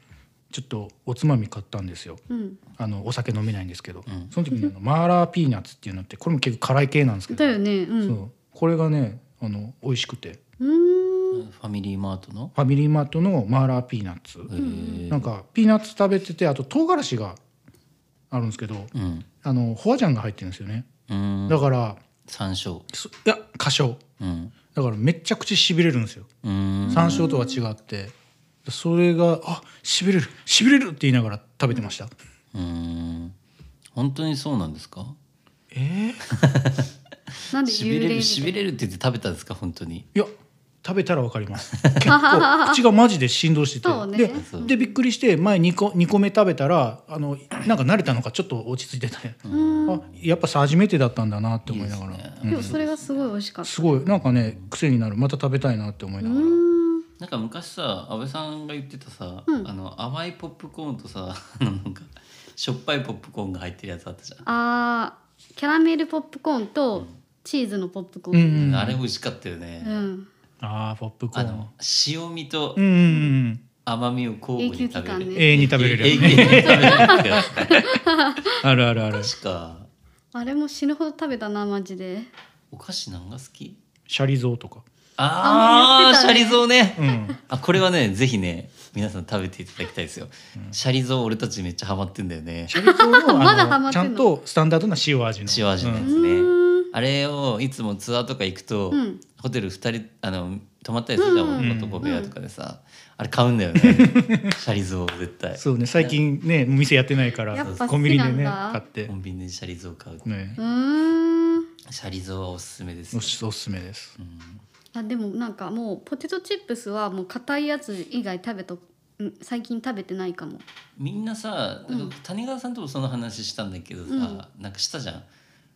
Speaker 2: ちょっとおつまみ買ったんですよ
Speaker 3: うん
Speaker 2: あのお酒飲めないんですけど、
Speaker 4: ん
Speaker 2: その時にあのマーラーピーナッツっていうのってこれも結構辛い系なんですけど
Speaker 3: だよねう
Speaker 2: そ
Speaker 3: ん
Speaker 2: うこれがねあの美味しくて
Speaker 3: うー
Speaker 4: フ
Speaker 3: ん
Speaker 4: ァミリーマートの
Speaker 2: ファミリーマートのマーラーピーナッツ、
Speaker 4: へー
Speaker 2: なんかピーナッツ食べててあと唐辛子があるんですけど
Speaker 4: うん
Speaker 2: あのホアジャンが入ってるんですよね
Speaker 4: うん
Speaker 2: だから
Speaker 4: 山椒
Speaker 2: そいや花椒
Speaker 4: うん
Speaker 2: だからめっちゃ口しびれるんですよ
Speaker 4: うん
Speaker 2: 山椒とは違ってそれがあしびれるしびれるって言いながら食べてました、
Speaker 4: うん本当にそうなんですか
Speaker 2: えー
Speaker 3: なんで
Speaker 4: しびれ
Speaker 3: 幽霊
Speaker 4: る
Speaker 3: み
Speaker 4: したび
Speaker 3: い
Speaker 4: れるって言って食べたんですか本当に
Speaker 2: いや食べたらわかります 結構口がマジで振動してて
Speaker 3: そうね
Speaker 2: で
Speaker 4: そう
Speaker 2: でびっくりして前2個二個目食べたらあのなんか慣れたのかちょっと落ち着いてて、あやっぱさ初めてだったんだなって思いながら
Speaker 4: いいですね
Speaker 2: うん
Speaker 3: でもそれがすごい美味しかった
Speaker 2: すごいなんかね癖になるまた食べたいなって思いながら、
Speaker 3: うーん
Speaker 4: なんか昔さ安倍さんが言ってたさ、あの甘いポップコーンとさ あのなんかしょっぱいポップコーンが入ってるやつあったじゃん、
Speaker 3: あーキャラメルポップコーンとチーズのポップコ
Speaker 2: う
Speaker 3: ーン
Speaker 2: んうん、あ
Speaker 4: あれ美味しかったよね、
Speaker 2: あーポップコー
Speaker 4: あ
Speaker 2: ン
Speaker 4: の塩味と
Speaker 2: うんうんうん
Speaker 4: 甘みを交互に食べ
Speaker 3: 永久期間
Speaker 4: る、
Speaker 3: ね
Speaker 2: 永遠に食べれるよね
Speaker 4: 永久に食べれるってやつね
Speaker 2: あるあるある
Speaker 4: 確か
Speaker 3: あれも死ぬほど食べたなマジで
Speaker 4: お菓子何が好き
Speaker 2: シャリゾウとか
Speaker 4: あー
Speaker 3: あ言ってたね
Speaker 4: シャリゾウね、
Speaker 2: ん
Speaker 4: あこれはねぜひね皆さん食べていただきたいですよ、シャリゾウ俺たちめっちゃハマってんだよね
Speaker 2: シャリゾウの
Speaker 3: まだ
Speaker 2: あ
Speaker 3: ハマ
Speaker 2: の
Speaker 3: っ
Speaker 2: ち
Speaker 3: て
Speaker 2: ゃ
Speaker 3: んの
Speaker 2: んとスタンダードな塩味の
Speaker 4: 塩味のや
Speaker 2: うん
Speaker 4: つね、あれをいつもツアーとか行くと、
Speaker 3: ん
Speaker 4: ホテル2人あの泊まったりするじゃん、
Speaker 2: うん
Speaker 4: 男部屋とかでさ、あれ買うんだよねシャリゾウ絶対
Speaker 2: そうね最近ね店やってないか
Speaker 3: や
Speaker 2: ら
Speaker 3: っぱ
Speaker 2: コンビニで
Speaker 3: 好き
Speaker 2: ね
Speaker 3: なん
Speaker 2: 買
Speaker 3: だ
Speaker 2: って
Speaker 4: コ、ンビニでシャリゾウ買う、
Speaker 2: ね
Speaker 3: う、ーん
Speaker 4: シャリゾウはおすすめです
Speaker 2: おすおすすめです、
Speaker 3: あでもなんかもうポテトチップスはもう硬いやつ以外食べとうん最近食べてないかも
Speaker 4: みんなさ、谷川さんともその話したんだけどさ、なんかしたじゃん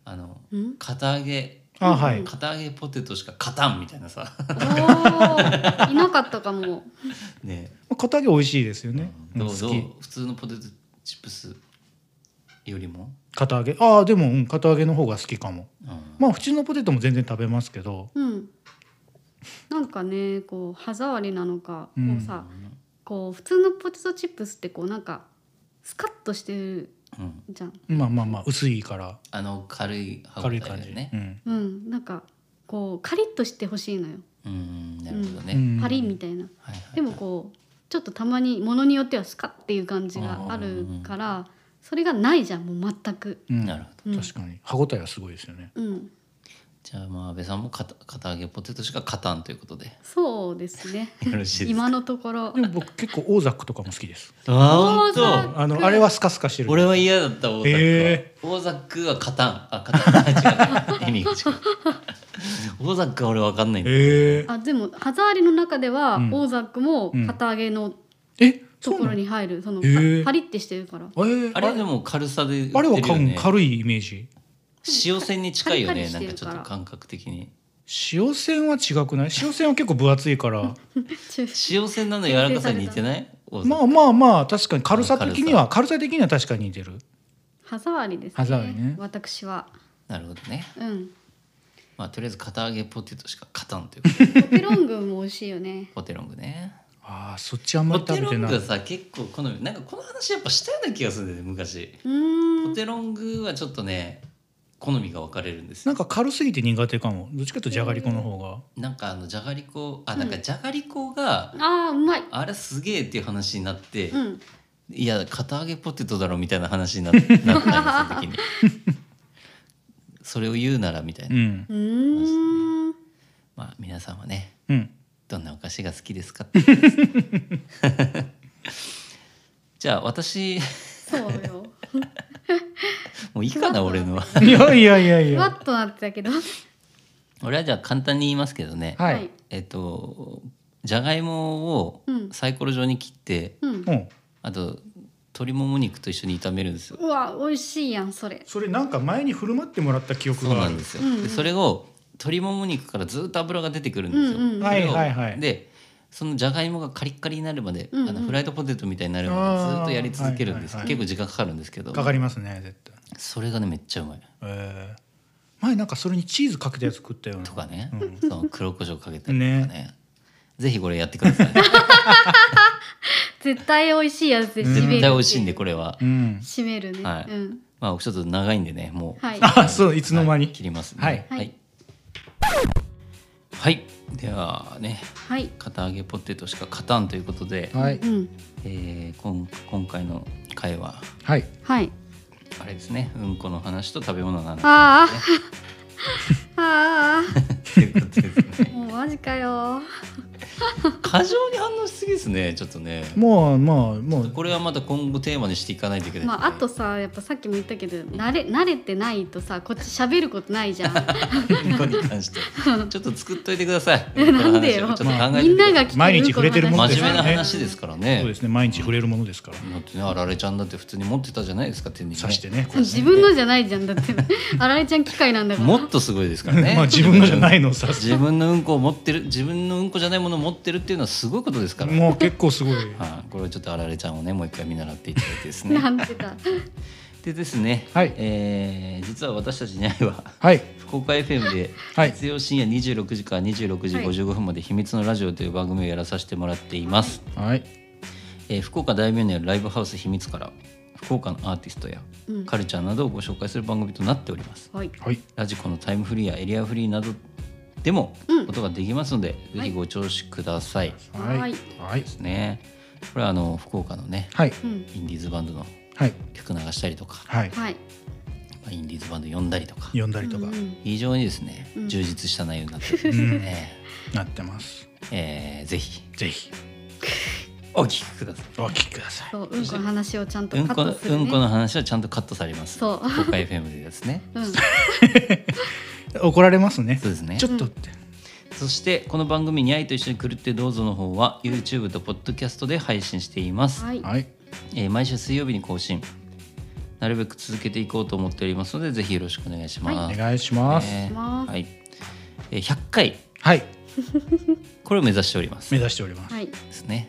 Speaker 4: あの、
Speaker 3: うん
Speaker 4: 片揚げ
Speaker 2: あはい
Speaker 4: 片揚げポテトしか勝たんみたいなさ
Speaker 3: おーいなかったかも
Speaker 4: ね
Speaker 2: 片揚げ美味しいですよね、
Speaker 4: ど
Speaker 2: う
Speaker 4: う
Speaker 2: ん好
Speaker 4: どう
Speaker 2: き
Speaker 4: 普通のポテトチップスよりも、
Speaker 2: 片揚げああでも、うん、片揚げの方が好きかも
Speaker 4: うん
Speaker 2: まあ普通のポテトも全然食べますけど
Speaker 3: うんなんかねこう歯触りなのか、
Speaker 2: うん
Speaker 3: こうさこう普通のポテトチップスってこうなんかスカッとしてる
Speaker 4: うん、
Speaker 3: じゃん
Speaker 2: まあまあまあ薄いから
Speaker 4: あの軽い歯応
Speaker 2: 軽
Speaker 4: え
Speaker 2: い
Speaker 4: だよ
Speaker 2: 感じ、
Speaker 4: ね
Speaker 2: うん
Speaker 3: うんなんかこうカリッとしてほしいのよ
Speaker 4: うんなるほどね、
Speaker 2: うん
Speaker 3: パリンみたいな、
Speaker 4: はいはい
Speaker 3: でもこうちょっとたまにものによってはスカッっていう感じがあるからそれがないじゃんもう全く
Speaker 2: うん
Speaker 4: なるほど
Speaker 3: うん
Speaker 2: 確かに歯ごたえはすごいですよね
Speaker 3: うん
Speaker 4: じゃあまあ安倍さんも片片揚げポテトしか勝たんということで
Speaker 3: そうですね
Speaker 4: よろしいですか
Speaker 3: 今のところ
Speaker 2: でも僕結構オーザックとかも好きです
Speaker 4: あ
Speaker 3: そう
Speaker 4: 本
Speaker 3: だ
Speaker 2: あのあれはスカスカしてる
Speaker 4: 当俺は嫌だった大ザックは、
Speaker 2: え
Speaker 4: 大ザックは勝たんあ勝たん違う 意味が違う大ザックは俺わかんないんだ
Speaker 2: え
Speaker 3: あでも歯触りの中では、
Speaker 2: ん
Speaker 3: オーザックも
Speaker 2: ん
Speaker 3: 片揚げの
Speaker 2: ー、え
Speaker 3: と
Speaker 2: そう
Speaker 3: こ
Speaker 2: な
Speaker 3: ろ
Speaker 2: のえ
Speaker 3: に入るその、
Speaker 2: へー
Speaker 3: パリってしてるから
Speaker 2: ー、
Speaker 4: あれでも軽さで売って
Speaker 2: あれ
Speaker 4: るよ、
Speaker 2: は
Speaker 4: ね、
Speaker 2: 多分軽いイメージ
Speaker 4: 塩線に近いよね
Speaker 3: カ
Speaker 4: なん
Speaker 3: リ
Speaker 4: か
Speaker 3: カリし
Speaker 4: ち
Speaker 3: て
Speaker 4: ょっ
Speaker 3: るから
Speaker 4: と感覚的に
Speaker 2: 塩線は違くない塩線は結構分厚いから
Speaker 3: 中
Speaker 4: 塩線なの柔らかさに似てない大ザッ
Speaker 2: まあまあまあ確かに軽さ的には軽さ的には確かに似てる
Speaker 3: 歯触りですね
Speaker 2: 歯触りね
Speaker 3: 私は
Speaker 4: クなるほどね
Speaker 3: うん
Speaker 4: まあとりあえず片揚げポテトしか勝たんという ことで
Speaker 3: ポペロングも美味しいよね
Speaker 4: ポテロングね
Speaker 2: あーそっちあんま
Speaker 4: ポ
Speaker 2: り
Speaker 4: テロ
Speaker 2: 食べて
Speaker 4: ン
Speaker 2: ない
Speaker 4: グはさ結構好みなんかこの話やっぱしたような気がするんだよね昔
Speaker 3: うーん
Speaker 4: ポテロングはちょっとね好みが分かれるんです
Speaker 2: な
Speaker 4: よ
Speaker 2: んか軽すぎて苦手かもどっちかというとじゃがりこの方が、
Speaker 4: なんかあのじゃがりこあなんかじゃがりこが、
Speaker 3: あーうまい
Speaker 4: あれすげえっていう話になって、
Speaker 3: うん
Speaker 4: い や片揚げポテトだろみたいな話にななったんですよその時にそれを言うならみたいな、
Speaker 2: うん
Speaker 3: うーん
Speaker 4: まあ皆さんはね
Speaker 2: うん
Speaker 4: どんなお菓子が好きですかって いうことですじゃあ私
Speaker 3: そうよ
Speaker 4: もういいかな俺 のはい
Speaker 2: やいやいやい
Speaker 3: ふ わ
Speaker 2: や
Speaker 3: っとなってたけど
Speaker 4: 俺はじゃあ簡単に言いますけどね、
Speaker 2: はい、
Speaker 4: えっとじゃがいもを
Speaker 3: うん
Speaker 4: サイコロ状に切って、
Speaker 3: うん
Speaker 2: うん
Speaker 4: あと鶏もも肉と一緒に炒めるんですよ
Speaker 3: うわ美味しいやんそれ
Speaker 2: それなんか前に振る舞ってもらった記
Speaker 4: そ
Speaker 2: 憶
Speaker 4: う
Speaker 2: が
Speaker 4: な
Speaker 2: あ
Speaker 4: ん
Speaker 2: る
Speaker 4: ですよ、
Speaker 3: うんうん
Speaker 4: でそれを鶏もも肉からずっと油が出てくるんですよ、
Speaker 3: うんうん
Speaker 4: それを
Speaker 2: はいはいはい
Speaker 4: でそのじゃがいもがカリッカリになるまで、
Speaker 3: うんうん
Speaker 4: あのフライドポテトみたいになるまでずっとやり続けるんです、
Speaker 2: あーはいはいはい
Speaker 4: 結構時間かかるんですけど
Speaker 2: かかりますね絶対、
Speaker 4: それがねめっちゃうまい
Speaker 2: えー、前なんかそれにチーズかけたやつ食ったような
Speaker 4: とかね、
Speaker 2: うん
Speaker 4: その黒胡椒かけたりとかね
Speaker 2: ね
Speaker 4: ぜひこれやってく ださい
Speaker 3: 絶対美味しいやつで締める
Speaker 4: 絶対美味しいんでこれは、
Speaker 2: うん
Speaker 3: 締めるね
Speaker 4: はい
Speaker 3: うん
Speaker 4: まあちょっと長いんでねもう、
Speaker 3: はい
Speaker 2: あそういつの間に、
Speaker 4: はい切りますね
Speaker 2: はい
Speaker 4: は、
Speaker 3: はいい
Speaker 4: はいではね
Speaker 3: はい
Speaker 4: 片揚げポテトしか勝たんということで、
Speaker 2: はい
Speaker 3: うん
Speaker 4: えー、こん今回の会は
Speaker 2: はい
Speaker 3: はい
Speaker 4: あれですねうんこの話と食べ物の話
Speaker 3: ああ あ
Speaker 4: ということです
Speaker 3: あ
Speaker 4: ね
Speaker 3: もうマジかよ
Speaker 4: 過剰に反応しすぎですねちょっとね
Speaker 2: もうまあもう
Speaker 4: これはまた今後テーマにしていかないといけないですね、
Speaker 3: まああとさやっぱさっきも言ったけど慣れ慣れてないとさこっち喋ることないじゃん
Speaker 4: うんこに関 してちょっと作っといてください
Speaker 3: え なんでよ
Speaker 4: うんこの話をちょっと考えて
Speaker 3: みんなが聞
Speaker 2: 毎日触れてるもの
Speaker 4: 真
Speaker 2: です
Speaker 4: 面目
Speaker 2: よね
Speaker 4: な話ですからね
Speaker 2: そうですね毎日触れるものですから、
Speaker 4: だってねあられちゃんだって普通に持ってたじゃないですか手にね
Speaker 2: 刺してねこう
Speaker 3: 自分のじゃないじゃん だってあられちゃん機械なんだから
Speaker 4: もっとすごいですからね
Speaker 2: まあ自分のじゃないのを刺 す
Speaker 4: 自分のうんこを持ってる自分のうんこじゃないものを持ってるっていうのはすごいことですから、はい、
Speaker 2: もう結構すごい
Speaker 4: これはちょっとあられちゃんをねもう一回見習っていただいてですね
Speaker 3: なんてだ
Speaker 4: でですね、
Speaker 2: はい
Speaker 4: えー実は私たちにゃいは
Speaker 2: はい
Speaker 4: 福岡 FM で
Speaker 2: はい
Speaker 4: 月曜深夜26時から26時55分まで「秘密のラジオ」という番組をやらさせてもらっています、
Speaker 2: はい
Speaker 4: えー福岡大名にあるライブハウス秘密から福岡のアーティストやカルチャーなどをご紹介する番組となっております
Speaker 3: はい
Speaker 2: はい
Speaker 4: ラジコのタイムフリーやエリアフリーなどでも
Speaker 3: うん
Speaker 4: ことができますので、ぜ
Speaker 3: は
Speaker 4: ひ
Speaker 3: い
Speaker 4: ご聴取ください。
Speaker 2: は
Speaker 3: はいい
Speaker 2: はい
Speaker 4: ですね。これはあの福岡のね、
Speaker 2: はい
Speaker 3: うん
Speaker 4: インディーズバンドの
Speaker 2: はい
Speaker 4: 曲流したりとか、
Speaker 2: はい
Speaker 3: はい
Speaker 4: まあインディーズバンド読んだりとか、
Speaker 2: 読んだりとか
Speaker 3: うんうん
Speaker 4: 非常にですね、
Speaker 3: うん
Speaker 4: 充実した内容になってる
Speaker 2: う
Speaker 4: の
Speaker 2: ん
Speaker 4: で、ね
Speaker 2: なってます
Speaker 4: えーぜひ
Speaker 2: ぜひ
Speaker 4: お聞きください。
Speaker 2: お聞きください
Speaker 3: そううんこの話をちゃんと
Speaker 4: うん
Speaker 3: カ
Speaker 4: こ
Speaker 3: ッ
Speaker 4: の
Speaker 3: トす
Speaker 4: う
Speaker 3: る
Speaker 4: ん
Speaker 3: ね
Speaker 4: この話はちゃんとカットされます。
Speaker 3: そう
Speaker 4: 福岡 FM でですね。
Speaker 3: うん
Speaker 2: 怒られますね
Speaker 4: そうですね
Speaker 2: ち。ょっとって
Speaker 4: そしてこの番組にゃいと一緒に狂ってどうぞの方は YouTube と Podcast で配信しています。
Speaker 3: はい
Speaker 2: はい
Speaker 4: えー毎週水曜日に更新なるべく続けていこうと思っておりますのでぜひよろしくお願いし
Speaker 2: お
Speaker 4: ます、
Speaker 2: 願いします
Speaker 4: ね
Speaker 3: します
Speaker 4: はいえー100回
Speaker 2: はい
Speaker 4: これを目指しております
Speaker 2: 目
Speaker 4: で
Speaker 2: 指しております
Speaker 3: はい
Speaker 4: すね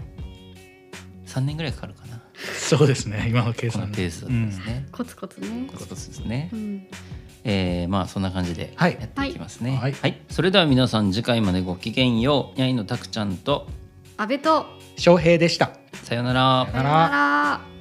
Speaker 4: 3年ぐらいかかるかな
Speaker 2: そうですね今の計
Speaker 4: この
Speaker 2: 算
Speaker 4: ペースだとですね、
Speaker 3: コツコツね
Speaker 4: こういうことですね
Speaker 3: う、ん
Speaker 4: えーまあそんな感じで
Speaker 2: は
Speaker 4: や
Speaker 2: い
Speaker 4: っていきますね
Speaker 2: はいはい
Speaker 4: それでは皆さん次回までごきげんようにゃいのたくちゃんと
Speaker 3: 安倍と
Speaker 2: 翔平でした
Speaker 4: さようなら
Speaker 2: さよなら
Speaker 3: さよなら